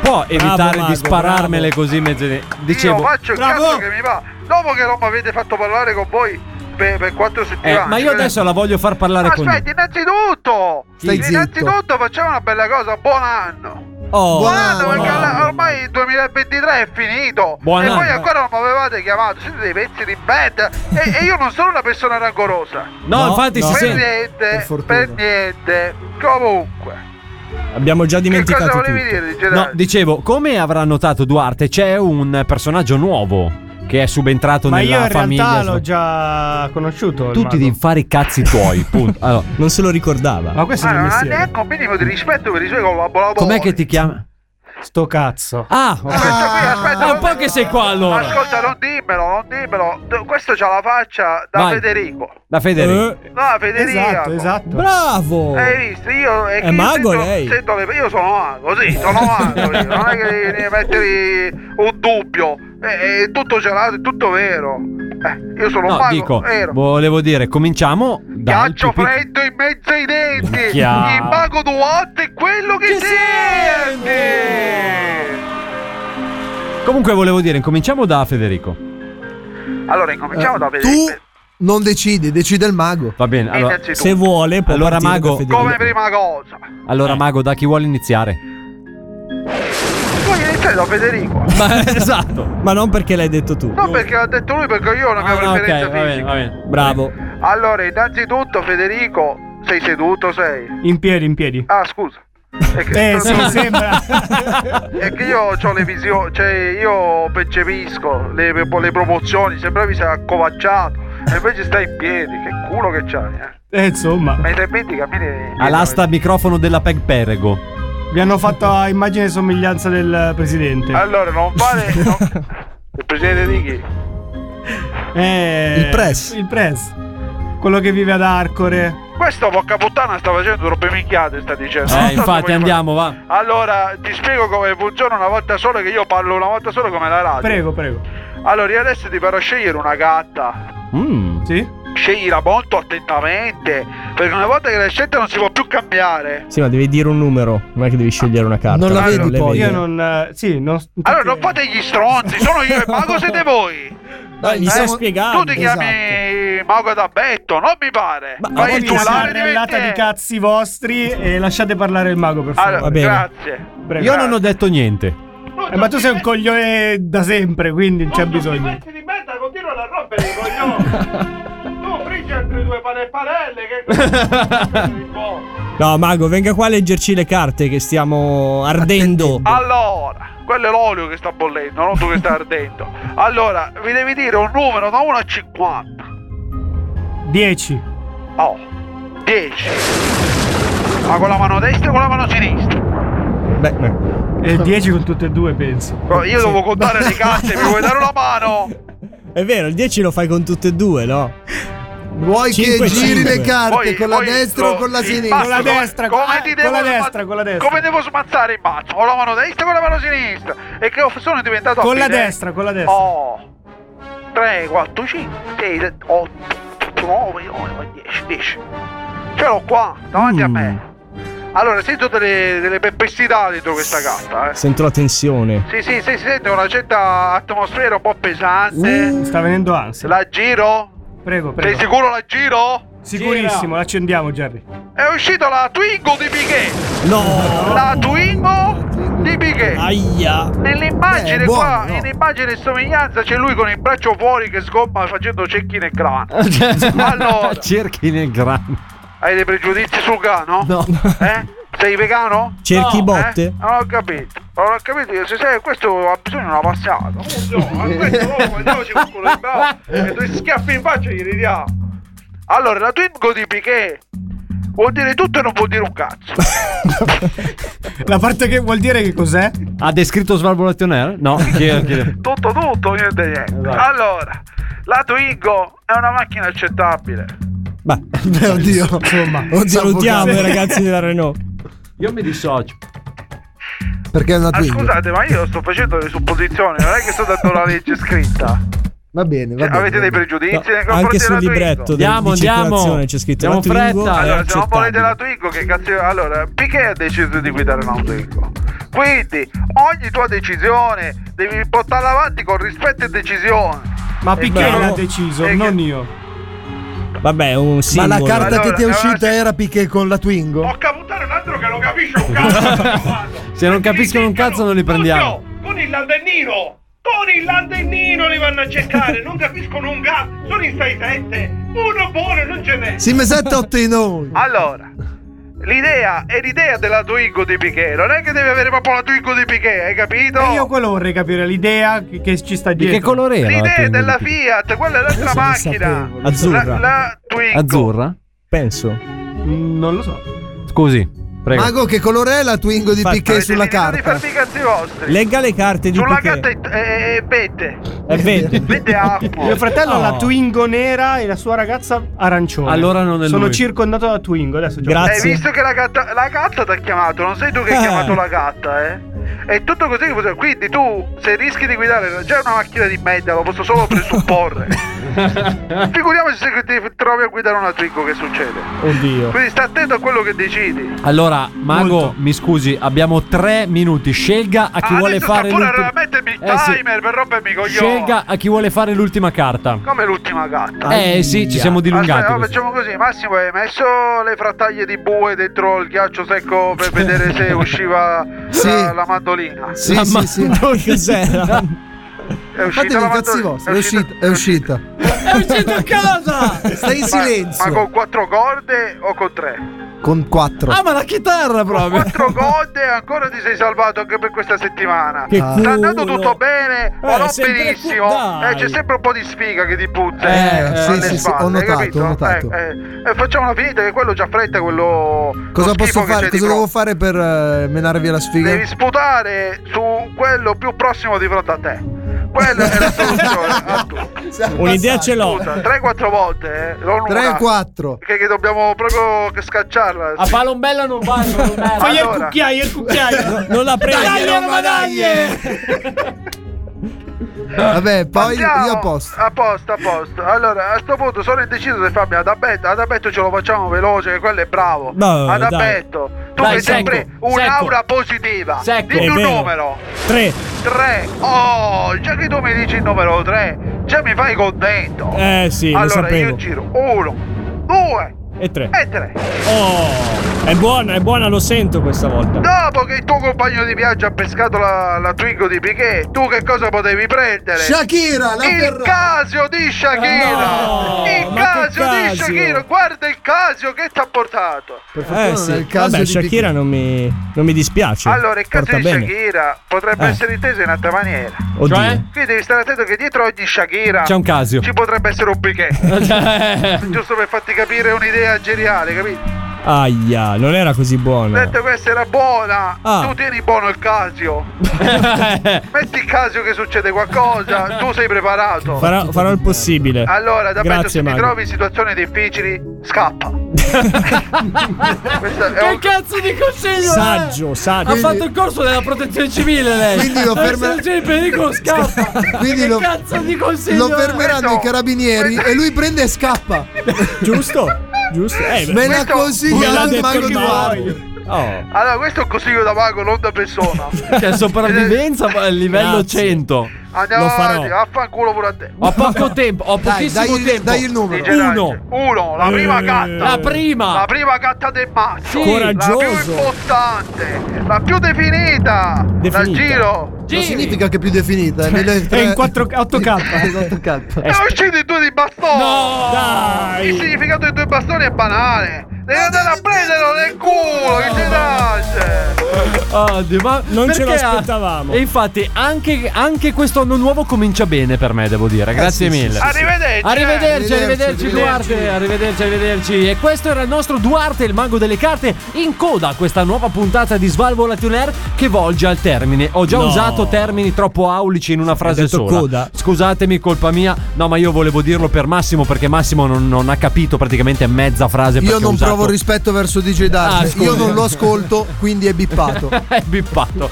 Può Bravo, evitare mago, di spararmele bravo. così in mezzo ai- Io Dicevo faccio il cazzo che mi va. Dopo che non mi avete fatto parlare con voi per, per quattro Eh, settimane. ma io adesso la voglio far parlare con Aspetta, innanzitutto, Stai innanzitutto facciamo una bella cosa, buon anno. Oh, Guardate, buona- perché alla- ormai il 2023 è finito. Buon e voi anno. ancora non mi avevate chiamato. Siete dei pezzi di bad. E, e io non sono una persona rancorosa. No, No, infatti, si per sente. Per niente, per, fortuna. niente. Comunque, Abbiamo già dimenticato. cosa tutto. volevi dire, Gerardo? No, dicevo, come avrà notato Duarte, c'è un personaggio nuovo che è subentrato Ma io nella in famiglia. realtà l'ho già conosciuto. il mago. Tutti di fare i cazzi tuoi, punto. Allora, non se lo ricordava. Ma questo è il Guarda, Ah, non ha mestiere. neanche un minimo di rispetto per i suoi collaboratori. Com'è che ti chiama? Sto cazzo. Ah, Aspetta, qui, aspetta. è un po' che sei qua allora. Ascolta, non dimmelo, non dimmelo. D- Questo c'ha la faccia da Vai. Federico. Da Federico. No, Federico. Esatto, esatto. Eh. Bravo. Hai visto? Io È e chi mago sento- lei. sento le- io sono mago, sì, sono mago. io. non è che devi devi mettermi un dubbio. È, è tutto gelato, è tutto vero. Eh, io sono No, mago, dico, boh, vero. volevo dire, cominciamo dal Ghiaccio pipì- freddo in mezzo ai denti. Minchia. Il mago Duarte è quello che, senti. Comunque volevo dire, cominciamo da Federico. Allora, incominciamo Eh, da vedere. Eh, Tu non decidi, decide il mago. Va bene, allora, Innanzitutto. Se vuole, può allora partire da mago, Federico. Come prima cosa, Eh. allora mago, da chi vuole iniziare? vuoi iniziare da Federico? Ma esatto. Ma non perché l'hai detto tu. No, perché l'ha detto lui, perché io ho la mia Boh. Ah, no, ok, preferenza va bene, fisica. va bene. Bravo. Allora, innanzitutto, Federico, sei seduto? Sei? In piedi, in piedi. Ah, scusa. È Eh, sì, sembra. è che io ho le visioni, cioè io percepisco le, le promozioni, sembravi sei accovacciato. E invece stai in piedi, che culo che c'hai, eh. Eh, insomma. Ma i tre metti cammini. All'asta microfono della Peg Perego. Vi hanno fatto a immagine e somiglianza del presidente. Allora, non vale. no. Il presidente di chi? Eh, Il press. Il press. Quello che vive ad Arcore. Questo porca puttana sta facendo troppe minchiate, sta dicendo. Non so Eh, se infatti vuoi andiamo, va. fare- Allora, ti spiego come funziona una volta sola che io parlo una volta sola come la radio. Prego, prego. Allora, io adesso ti farò scegliere una gatta. Mm. Sì? Sceglila molto attentamente, perché una volta che l'hai scelta non si può più cambiare. Sì, ma devi dire un numero, non è che devi scegliere una carta. Non la Allora, vedi le poi. vedi. Io non. eh, Sì, non. Allora, non fate gli stronzi, sono io e Mago siete voi. Dai, gli Eh, sto Tu spiegando, ti chiami Mago da Betto, non mi pare. esatto. Ma Vai voi il vi giullare di rellata di venti- cazzi vostri e lasciate parlare il mago, per favore. Allora, grazie. Prego. Io non ho detto niente. Eh, ma tu sei un coglione da sempre, quindi non c'è bisogno. Pezzi di merda, continuano a rompere i coglioni. tu friggi altri due pane parelle che... No, Mago, venga qua a leggerci le carte che stiamo ardendo. Allora, quello è l'olio che sta bollendo, non tu che stai ardendo. Allora, mi devi dire un numero da 1 a 50. 10. Oh, 10. Ma con la mano destra o con la mano sinistra? Beh, Ecco. E 10 con tutte e due, penso. Oh, Io devo contare le carte, mi vuoi dare una mano? È vero, il 10 lo fai con tutte e due, no? Vuoi Cinque, che giri cinque. le carte Voi- con la voi destra lo- o con la il sinistra? mazzo, come- ah, eh, come ti devo smazz- Come devo smazzare il mazzo? Con la mano destra o con la mano sinistra? E che ho- sono diventato Con la abile. destra, con la destra. Oh. 3, 4, 5, 6, 7, 8, 9, 9, 10, 10. Ce l'ho qua, davanti a me. Allora, sento delle, delle perplessità dentro questa carta, eh. Sento la tensione. Sì, sì, sì, si sente una certa atmosfera un po' pesante. Mm. Mi Sta venendo ansia. La giro? Prego, Sei prego. sicuro la giro? Sicurissimo, l'accendiamo, Jerry. È uscita la Twingo di Piquet. No! La Twingo di Piquet. Aia! Nell'immagine Eh, buono, qua, no. in immagine e somiglianza c'è lui con il braccio fuori che sgomma facendo cecchine e grano. Cioè, allora, Cerchi nel grano. hai dei pregiudizi sul grano? No. Eh? Sei vegano? Cerchi No. botte? Eh? Non ho capito. Non ho capito, se sei questo ha bisogno di una passata. Oh, no, ma questo oh, mangiamoci con quello di bravo. E due schiaffi in faccia gli ridiamo. Allora, la Twingo di Piquet vuol dire tutto e non vuol dire un cazzo. La parte che vuol dire che cos'è? Ha descritto Svalvolation Air? No, chiedo, chiedo. tutto tutto niente niente Esatto. allora la Twingo è una macchina accettabile Beh, oddio. Insomma, Salutiamo i ragazzi della Renault. Io mi dissocio. Perché è una Ah, Twingo. scusate ma io sto facendo le supposizioni non è che sto dando la legge scritta Va bene, va Cioè, bene. avete dei pregiudizi nei confronti Anche sul della Twingo? libretto del, Andiamo, di andiamo. circolazione c'è scritto Abbiamo la Twingo fretta. è allora se non volete accettabile. la Twingo che cazzo allora Piquet ha deciso di guidare una Twingo quindi ogni tua decisione devi portarla avanti con rispetto e decisione Ma E Piquet Eh, bravo. l'ha deciso, E che- non io. Vabbè, è un Ma simbolo. la carta Allora, che ti è allora uscita se- era Piquet con la Twingo? Porca puttana prendere un altro che lo capisce un cazzo. Se non capiscono un cazzo non li prendiamo. Con il landennino! Con il landennino li vanno a cercare, non capiscono un cazzo, sono in 6-7, uno buono non ce n'è. Si mi sente otto in noi. Allora, l'idea è l'idea della Twingo di Piquet, non è che devi avere proprio la Twingo di Piquet, hai capito? E io quello vorrei capire l'idea che, che ci sta dietro. che colore era la L'idea è Twingo della di Fiat, quella è l'altra macchina. Azzurra. La, la Twingo. Azzurra? Penso. Mm, Non lo so. Scusi, prego. Mago, che colore è la Twingo di eh, Piquet sulla carta? I cazzi vostri. Legga le carte di Sulla Piquet. carta Ah. è, è, è Bette. È verde. Bette acqua. Mio fratello ha la No. Twingo nera e la sua ragazza arancione. Allora non è Sono lui. circondato da Twingo adesso. gioco. Hai visto che la gatta, la gatta ti ha chiamato, non sei tu che hai Eh. chiamato la gatta, eh? È tutto così che funziona. Quindi tu, se rischi di guidare già una macchina di merda, lo posso solo presupporre. Figuriamoci se ti trovi a guidare una Twingo, che succede? Oddio. Quindi sta attento a quello che decidi. Allora, Mago, mi scusi, abbiamo tre minuti. Scelga a chi vuole fare l'ultima. Mettermi il Eh, sì. timer per rompermi i coglioni. Scelga a chi vuole fare l'ultima carta. Come l'ultima gatta? Eh, sì, ci siamo dilungati Aspetta, no, così. facciamo così, Massimo hai messo le frattaglie di bue dentro il ghiaccio secco per vedere se usciva la, la mandolina. Sì, sì, Eh, sì. Cos'era? È Fatevi uscita i la cazzi mandolina. vostri, è uscita. È uscita. È uscita cosa? Stai in silenzio. Ma, con quattro corde o con tre? Con quattro. Ah, Ah, ma la chitarra proprio. Quattro corde ancora ti sei salvato anche per questa settimana. Che Sta andando culo. tutto bene, ma Eh, non sempre benissimo. cu- dai. Eh, c'è sempre un po' di sfiga che ti puzza. Eh, eh, sì, alle sì, sì, spalle, ho hai notato, capito? ho notato. Eh, eh, eh, facciamola finita che quello c'ha fretta, quello... Cosa lo schifo posso che fare? c'è di Cosa fronte. devo fare per eh, menare via la sfiga? Devi sputare su quello più prossimo di fronte a te. Quella è la soluzione. a tutto. Un'idea ce l'ho. Sputa, 3-4 volte, eh. non Tre, una. quattro. Che, che dobbiamo proprio che scacciarla. A palombella non vanno. Fagli il Allora. cucchiaio, il cucchiaio. non la prendo. Dagli, Vabbè, poi Andiamo. io a posto. A posto, a posto. Allora, a sto punto sono indeciso se farmi ad abbetto. Ad abbetto ce lo facciamo veloce, che quello è bravo. No, ad dai. abbetto. Tu Dai, hai sempre secco, un'aura positiva. Secco. Dimmi È un vero. numero. 3. 3. Oh, già che tu mi dici il numero 3, già mi fai contento. Eh sì, lo allora, sapevo. io Eh. giro 1, 2 E 3. e 3. Oh, è buona, è buona, lo sento questa volta. Dopo che il tuo compagno di viaggio ha pescato la, la Twingo di Piquet, tu che cosa potevi prendere? Shakira, la Il Ferrari. Casio di Shakira! No, il ma che Casio di Casio? Shakira! Guarda il Casio che ti ha portato! Eh sì, vabbè, Shakira non mi, non mi dispiace. Allora, il Casio Porta di bene. Shakira potrebbe Eh. essere inteso in altra maniera. Oddio. Cioè? Qui devi stare attento che dietro ogni Shakira C'è un Casio. ci potrebbe essere un Piquet. Giusto per farti capire un'idea geniale, capito? Aia, non era così buona. Detto questa era buona, Ah. tu tieni buono il Casio. Metti il Casio che succede qualcosa, tu sei preparato. Farò, farò il possibile. Allora, da Grazie, se ti Mago. trovi in situazioni difficili, scappa. Questa è un- cazzo di consiglio eh? Saggio, saggio. il corso della protezione civile lei. Quindi lo Per ferma- essere in pericolo scappa. Quindi lo, lo fermeranno i carabinieri e lui prende e scappa. Giusto, giusto. Eh, Me l'ha questo- consigliato me il l'ha detto mago di il Wario. Allora, questo è un consiglio da mago, non da persona. Cioè, sopravvivenza ma a livello 100. Andiamo Lo farò. avanti, vaffanculo pure a te. Ho poco tempo, ho Dai, pochissimo dai il- tempo. dai il numero. Dice, dai, Uno. Uno, la prima Eh. gatta. La prima. La prima gatta del mazzo. Sì. La più Coraggioso. importante, la più definita. La Definita. giro. Non significa che è più definita. È, È in 4 8K. Cioè, 8K. È uscito i due di bastone. No. Dai. Il significato dei due bastoni è banale. Devi andare a prenderlo nel culo, che ci nasce. Oddio, Ah, ma Non ce perché ha- l'aspettavamo. E infatti anche, anche questo anno nuovo comincia bene per me, devo dire. Grazie Eh sì, sì, mille. sì, sì. Arrivederci. Arrivederci, arrivederci, Arrivederci. Duarte, arrivederci, arrivederci. E questo era il nostro Duarte, il mago delle carte, in coda a questa nuova puntata di Svalvo la Tuner che volge al termine. Ho già No. usato termini troppo aulici in una frase detto sola. coda. Scusatemi, colpa mia. No, ma io volevo dirlo per Massimo perché Massimo non, non ha capito praticamente mezza frase. Io perché ho non usato- provo rispetto verso DJ Ah, Dark. scusa. Io non lo ascolto, quindi è bippato. è bippato.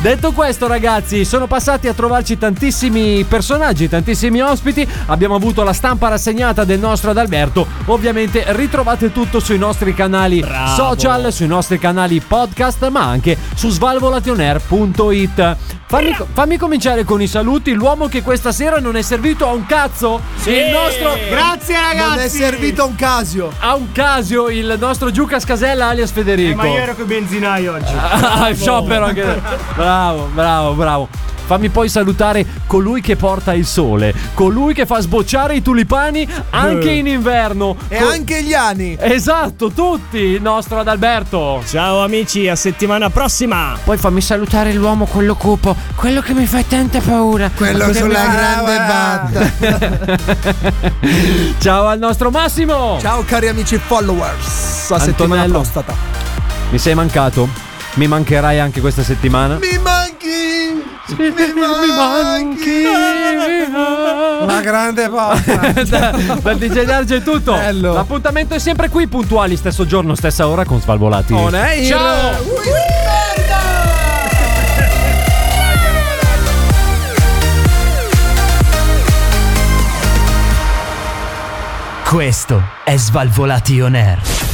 Detto questo, ragazzi, sono passati a trovarci tantissimi personaggi, tantissimi ospiti. Abbiamo avuto la stampa rassegnata del nostro Adalberto. Ovviamente ritrovate tutto sui nostri canali social, sui nostri canali podcast, ma anche su svalvolationer.it. Fammi, fammi cominciare con i saluti. L'uomo che questa sera non è servito a un cazzo. Il nostro. Non è servito un casio. A un casio il nostro Giucas Casella alias Federico. Eh, Ma io ero con benzinai oggi. Ah, il sciopero anche. Bravo, bravo, bravo. Fammi poi salutare colui che porta il sole, colui che fa sbocciare i tulipani anche Eh. in inverno. E anche gli anni. Esatto, tutti, il nostro Adalberto. Ciao amici, a settimana prossima. Poi fammi salutare l'uomo quello cupo, quello che mi fa tanta paura. Quello sulla grande batta. Ciao al nostro Massimo. Ciao cari amici followers. A settimana Antonello. prostata. Mi sei mancato? Mi mancherai anche questa settimana? Mi manchi. Mi manchi. La grande porta. da, da DJ Darge è tutto. L'appuntamento è sempre qui, puntuali, stesso giorno, stessa ora con Svalvolati. On air. Ciao! Questo è Svalvolati On Air.